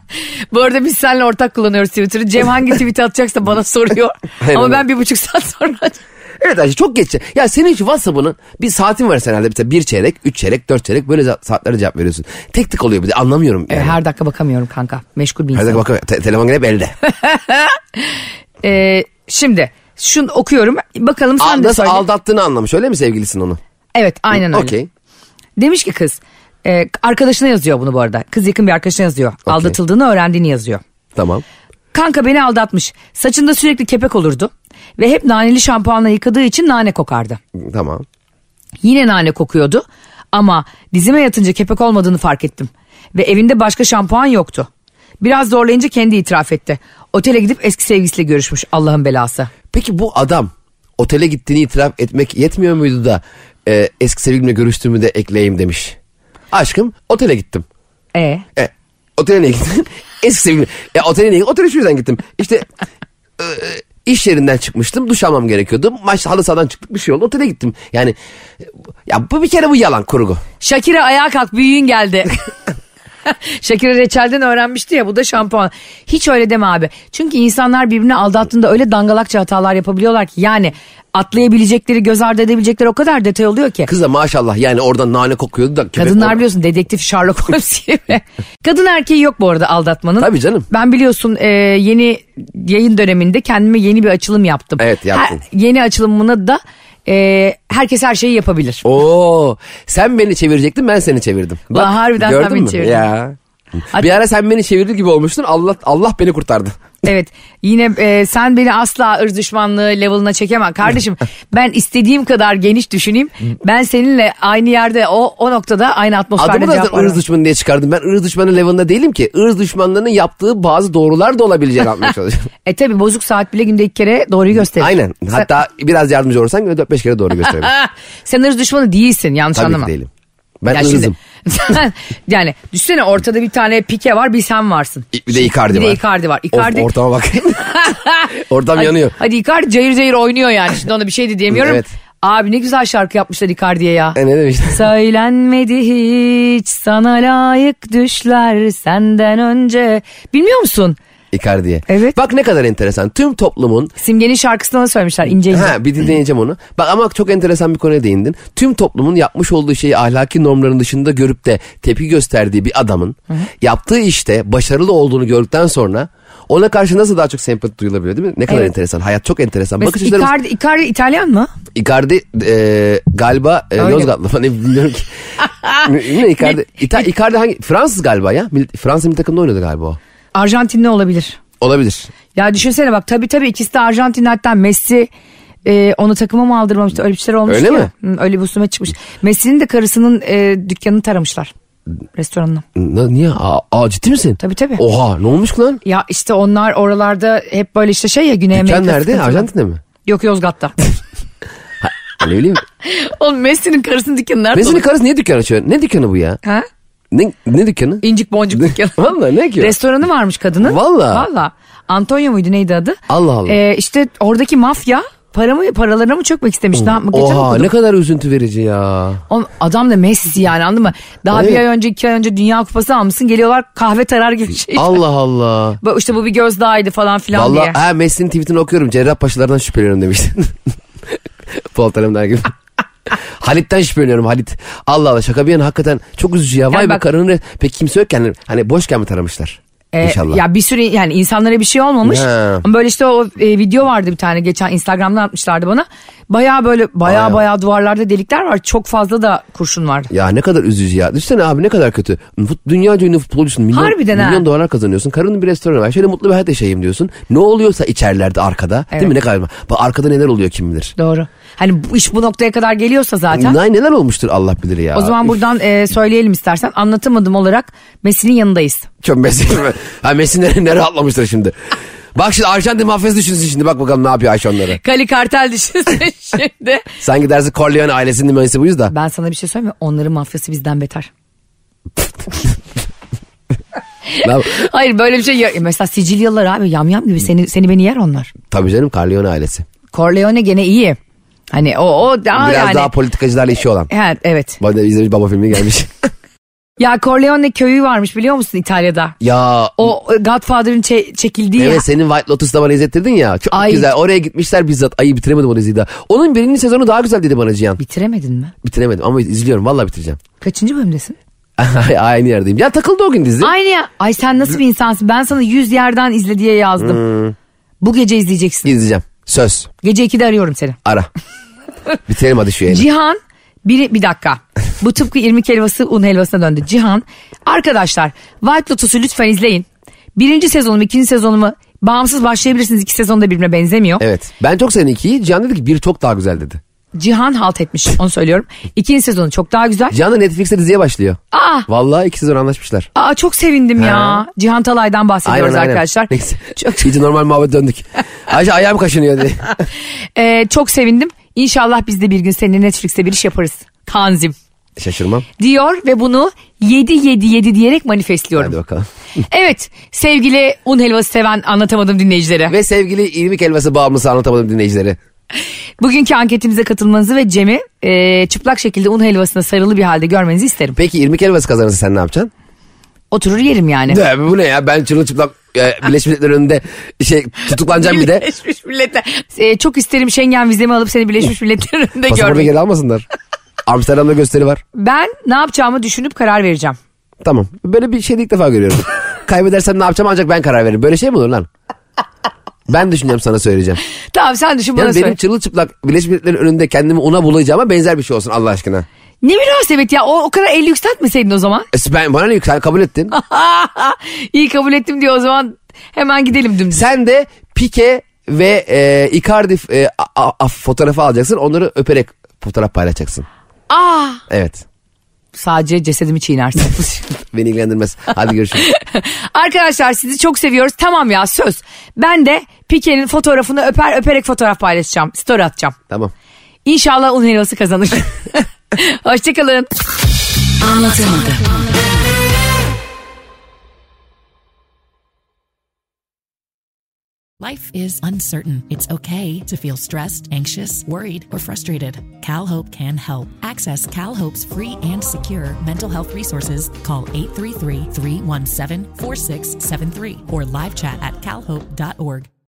B: Bu arada biz seninle ortak kullanıyoruz Twitter'ı.
C: <laughs>
B: Cem hangi tweet'i atacaksa bana soruyor.
C: Aynen
B: ama
C: öyle.
B: ben bir buçuk saat sonra
C: Evet Ayşe çok geç. Ya senin şu WhatsApp'ının bir saatin var sen herhalde. Mesela bir çeyrek, üç çeyrek, dört çeyrek böyle za- saatlere cevap veriyorsun. Tek tek oluyor bir de anlamıyorum. Yani.
B: E, Her dakika bakamıyorum kanka. Meşgul bir
C: Her
B: insanım.
C: dakika bakıyorum. Te- telefon hep elde.
B: Ee, şimdi şunu okuyorum. Bakalım <laughs> sen
C: Al-
B: de
C: Nasıl
B: söyle.
C: aldattığını anlamış öyle mi sevgilisin onu?
B: Evet aynen öyle.
C: Okey.
B: Demiş ki kız. e, arkadaşına yazıyor bunu bu arada. Kız yakın bir arkadaşına yazıyor.
C: Okey.
B: Aldatıldığını öğrendiğini yazıyor.
C: Tamam.
B: Kanka beni aldatmış. Saçında sürekli kepek olurdu. Ve hep naneli şampuanla yıkadığı için nane kokardı.
C: Tamam.
B: Yine nane kokuyordu. Ama dizime yatınca kepek olmadığını fark ettim. Ve evinde başka şampuan yoktu. Biraz zorlayınca kendi itiraf etti. Otele gidip eski sevgilisiyle görüşmüş Allah'ın belası.
C: Peki bu adam otele gittiğini itiraf etmek yetmiyor muydu da e, eski sevgilimle görüştüğümü de ekleyeyim demiş. Aşkım otele gittim.
B: E
C: E, otele niye gittin? <laughs> eski sevgilim. E, otele niye Otele şu yüzden gittim. İşte e, iş yerinden çıkmıştım. Duş almam gerekiyordu. Maç halı sahadan çıktık bir şey oldu. Otele gittim. Yani e, ya bu bir kere bu yalan kurgu.
B: Şakir'e ayağa kalk büyüğün geldi. <laughs> Şakir'e reçelden öğrenmişti ya bu da şampuan. Hiç öyle deme abi. Çünkü insanlar birbirini aldattığında öyle dangalakça hatalar yapabiliyorlar ki. Yani atlayabilecekleri göz ardı edebilecekleri o kadar detay oluyor ki.
C: Kız da maşallah yani oradan nane kokuyordu da. köpek
B: Kadınlar
C: kokuyordu.
B: biliyorsun dedektif Sherlock Holmes
C: <laughs>
B: gibi. Kadın erkeği yok bu arada aldatmanın.
C: Tabii canım.
B: Ben biliyorsun e, yeni yayın döneminde kendime yeni bir açılım yaptım.
C: Evet, yaptın.
B: yeni açılımını da e, herkes her şeyi yapabilir.
C: Oo, sen beni çevirecektin ben seni çevirdim. Bak,
B: Ulan harbiden sen
C: gördün
B: beni
C: mü?
B: çevirdin.
C: Ya.
B: Hadi.
C: Bir ara sen beni çevirir gibi olmuştun. Allah Allah beni kurtardı.
B: Evet yine e, sen beni asla ırz düşmanlığı level'ına çekemem.
C: <laughs>
B: Kardeşim ben istediğim kadar geniş düşüneyim. Ben seninle aynı yerde o o noktada aynı atmosferde
C: Adımı da
B: cevap
C: zaten ırz
B: aramam.
C: düşmanı diye çıkardım. Ben ırz düşmanı level'ında değilim ki. Irz düşmanlarının yaptığı bazı doğrular da olabilecek
B: <laughs>
C: anlamaya çalışıyorum.
B: E tabi bozuk saat bile günde iki kere doğruyu gösterir.
C: Aynen.
B: Sen-
C: Hatta biraz yardımcı olursan günde 4-5 kere
B: <laughs>
C: doğru gösterebilirim.
B: Ah, sen ırz düşmanı değilsin yanlış
C: Tabii
B: anlama.
C: ki değilim. Ben
B: Ya
C: ırzım.
B: şimdi- Sen- <laughs> yani düşünsene ortada bir tane pike var bir sen varsın.
C: Bir de Icardi
B: Bir
C: var.
B: de Icardi var. Icardi...
C: Of,
B: <laughs>
C: ortama bak. Ortam
B: hadi,
C: yanıyor.
B: Hadi Icardi cayır cayır oynuyor yani. Şimdi ona bir şey de diyemiyorum.
C: <laughs> Evet.
B: Abi ne güzel şarkı yapmışlar Icardi'ye ya.
C: E, ne demiş?
B: Söylenmedi hiç sana layık düşler senden önce. Bilmiyor musun?
C: Icardi'ye.
B: Evet.
C: Bak ne kadar enteresan. Tüm toplumun
B: Simge'nin şarkısını ona söylemişler ince ince.
C: Ha bir dinleyeceğim onu. Bak ama çok enteresan bir konuya değindin. Tüm toplumun yapmış olduğu şeyi ahlaki normların dışında görüp de tepki gösterdiği bir adamın yaptığı işte başarılı olduğunu gördükten sonra ona karşı nasıl daha çok sempati duyulabiliyor değil mi? Ne kadar
B: Evet.
C: enteresan. Hayat çok enteresan. Bakış
B: Mesela
C: açılarımız
B: Icardi, Icardi İtalyan mı?
C: Icardi e, galiba e,
B: Öyle.
C: Yozgatlı falan ne
B: <laughs>
C: bilmiyorum ki. ne, ne Icardi? İta, Icardi hangi? Fransız galiba ya. Mil- Fransa bir takımda oynadı galiba o.
B: Arjantinli olabilir.
C: Olabilir.
B: Ya düşünsene bak tabii tabii ikisi de Arjantinli hatta Messi e, onu takıma mı aldırmamıştı öyle bir şeyler olmuş
C: Öyle
B: ya.
C: mi?
B: Hı, Öyle bir husumet çıkmış. Messi'nin de karısının e, dükkanını taramışlar restoranını.
C: Na- niye? Aa, aa, ciddi misin?
B: Tabii, tabii.
C: Oha ne olmuş ki lan?
B: Ya işte onlar oralarda hep böyle işte şey ya Güney Amerika.
C: Dükkan nerede?
B: sıkıntılı.
C: Arjantin'de mi?
B: Yok Yozgat'ta. <laughs>
C: Hani öyle mi?
B: Oğlum Messi'nin karısının dükkanı nerede?
C: Mesut'un
B: oğlum?
C: karısı niye dükkan açıyor? Ne dükkanı bu ya?
B: Ha?
C: Ne, ne dükkanı?
B: İncik boncuk dükkanı.
C: <laughs> Valla ne ki? o?
B: Restoranı varmış kadının.
C: Valla.
B: Valla. Antonio muydu neydi adı?
C: Allah Allah.
B: Ee, işte oradaki mafya para mı, paralarına mı çökmek istemiş? Ne yapmak? Geçen
C: Oha
B: okudum.
C: ne kadar üzüntü verici ya.
B: Oğlum adam da Messi yani anladın mı? Daha bir
C: Evet.
B: ay önce iki ay önce Dünya Kupası almışsın geliyorlar kahve tarar gibi şey.
C: Allah Allah.
B: Bu- İşte bu bir gözdağıydı falan filan diye.
C: Valla ha Messi'nin tweetini okuyorum. Cerrahpaşalardan şüpheleniyorum demiştin. <laughs> Polat
B: <laughs>
C: der gibi. Halit'ten şüpheleniyorum Halit. Allah Allah şaka bir yana hakikaten çok üzücü ya. Vay
B: Yani
C: be
B: bak-
C: karının re- pek kimse yokken hani- hani boşken mi taramışlar?
B: Ee,
C: İnşallah.
B: Ya bir sürü yani insanlara bir şey olmamış.
C: Ha.
B: Ama böyle işte o e, video vardı bir tane geçen Instagram'dan atmışlardı bana. Baya böyle baya
C: Bayağı.
B: baya duvarlarda delikler var. Çok fazla da kurşun var.
C: Ya ne kadar üzücü ya. Düşünsene abi ne kadar kötü. Fut, dünyaca ünlü futbolcusun. Milyon,
B: Harbiden ha.
C: milyon dolar kazanıyorsun. Karının bir restoranı var. Şöyle mutlu bir hayat yaşayayım diyorsun. Ne oluyorsa içerlerde arkada.
B: Evet.
C: Değil mi ne kadar? Bak arkada neler oluyor kim bilir.
B: Doğru. Hani bu iş bu noktaya kadar geliyorsa zaten.
C: Ne, neler olmuştur Allah bilir ya.
B: O zaman
C: Üf,
B: buradan e, söyleyelim istersen. Anlatamadım olarak Messi'nin yanındayız.
C: Çok Messi. ha Messi nereye, nereye atlamıştır şimdi. Bak şimdi Arjantin mafyası düşünsün şimdi. Bak bakalım ne yapıyor Ayşe onları.
B: Kali Kartel <laughs> düşünsene şimdi.
C: Sen gidersin Corleone ailesinin mühendisi buyuz da.
B: Ben sana bir şey söyleyeyim mi? Onların mafyası bizden beter.
C: Ne yap-
B: Hayır böyle bir şey ya- Mesela Sicilyalılar abi yamyam gibi seni seni beni yer onlar.
C: Tabii canım Corleone ailesi.
B: Corleone gene iyi. Hani o o daha
C: Biraz
B: yani.
C: daha politikacılarla işi olan.
B: Evet, evet.
C: Bana izlemiş baba filmi
B: <laughs>
C: gelmiş.
B: Ya Corleone köyü varmış biliyor musun İtalya'da?
C: ya
B: O e, Godfather'ın çe- çekildiği
C: Evet senin White Lotus'ta bana izlettirdin ya. Çok
B: Ay.
C: güzel. Oraya gitmişler bizzat. Ayı bitiremedim onu daha. Onun birinci sezonu daha güzel dedi bana Cihan.
B: Bitiremedin mi?
C: Bitiremedim ama izliyorum. Vallahi bitireceğim. <laughs>
B: Kaçıncı bölümdesin?
C: Aynı yerdeyim. Ya takıldı o gün dizi.
B: Aynı ya. Ay sen nasıl bir insansın? Ben sana yüz yerden izle diye yazdım.
C: Hmm.
B: Bu gece izleyeceksin.
C: İzleyeceğim. Söz.
B: Gece 2'de arıyorum seni. <laughs>
C: Ara. Bitirelim hadi şu yayını.
B: Cihan biri bir dakika. Bu tıpkı irmik helvası un helvasına döndü. Cihan arkadaşlar White Lotus'u lütfen izleyin. Birinci sezonumu ikinci sezonumu bağımsız başlayabilirsiniz. İki sezon da birbirine benzemiyor.
C: Evet. Ben çok sevdim ikiyi. Cihan dedi ki bir çok daha güzel dedi.
B: Cihan halt etmiş onu söylüyorum. İkinci sezonu çok daha güzel.
C: Cihan da Netflix'te diziye başlıyor.
B: Aa,
C: Vallahi iki sezon anlaşmışlar.
B: aa çok sevindim ya. Cihan Talay'dan bahsediyoruz arkadaşlar.
C: Neyse.
B: <laughs> Çok,
C: İyice normal
B: <laughs>
C: muhabbet döndük. Ayşe ayağım kaşınıyor dedi.
B: e, çok sevindim. İnşallah biz de bir gün seninle Netflix'te bir iş yaparız. Tanzim
C: Şaşırmam.
B: diyor ve bunu 777 diyerek manifestliyorum.
C: Hadi bakalım.
B: Evet sevgili un helvası seven anlatamadım dinleyicilere.
C: Ve sevgili irmik helvası bağımlısı anlatamadım dinleyicileri.
B: Bugünkü anketimize katılmanızı ve Cem'i e, çıplak şekilde un helvasına sarılı bir halde görmenizi isterim.
C: Peki irmik helvası kazanırsa sen ne yapacaksın?
B: Oturur yerim yani.
C: Ne abi bu ne ya ben çırılçıplak e, Birleşmiş Milletler önünde şey tutuklanacağım
B: <laughs>
C: bir de.
B: Birleşmiş Milletler. E, çok isterim Schengen vizemi alıp seni Birleşmiş Milletler önünde
C: Pasaportu
B: görmek.
C: geri almasınlar. Amsterdam'da gösteri var.
B: Ben ne yapacağımı düşünüp karar vereceğim.
C: Tamam.
B: <laughs>
C: Böyle bir şey de ilk defa görüyorum. Kaybedersem ne yapacağım ancak ben karar veririm. Böyle şey mi olur lan? Ben düşüneceğim sana söyleyeceğim.
B: Tamam sen düşün bana
C: Yani
B: söyle.
C: benim çırılçıplak Birleşmiş Milletler'in önünde kendimi ona bulayacağıma benzer bir şey olsun Allah aşkına.
B: Ne münasebet ya o, o kadar el yükseltmeseydin o
C: <laughs>
B: zaman.
C: E, ben, bana ne yük- sen kabul ettin.
B: Ah. İyi kabul ettim diyor o zaman hemen gidelim dümdüz.
C: Sen de Pike ve e, Icardi e, a- a- fotoğrafı alacaksın. Onları öperek fotoğraf paylaşacaksın.
B: Aa,
C: Evet.
B: sadece cesedimi çiğnersin.
C: Beni ilgilendirmez. Hadi görüşürüz.
B: Arkadaşlar sizi çok seviyoruz. Tamam ya söz. Ben de Pike'nin fotoğrafını öper öperek fotoğraf paylaşacağım. Story atacağım.
C: tamam.
B: İnşallah un helvası kazanır. Hoşçakalın.
A: Anlatamadım. Life is uncertain. It's okay to feel stressed, anxious, worried, or frustrated. CalHope can help. Access CalHope's free and secure mental health resources. Call 833-317-4673 or live chat at calhope.org.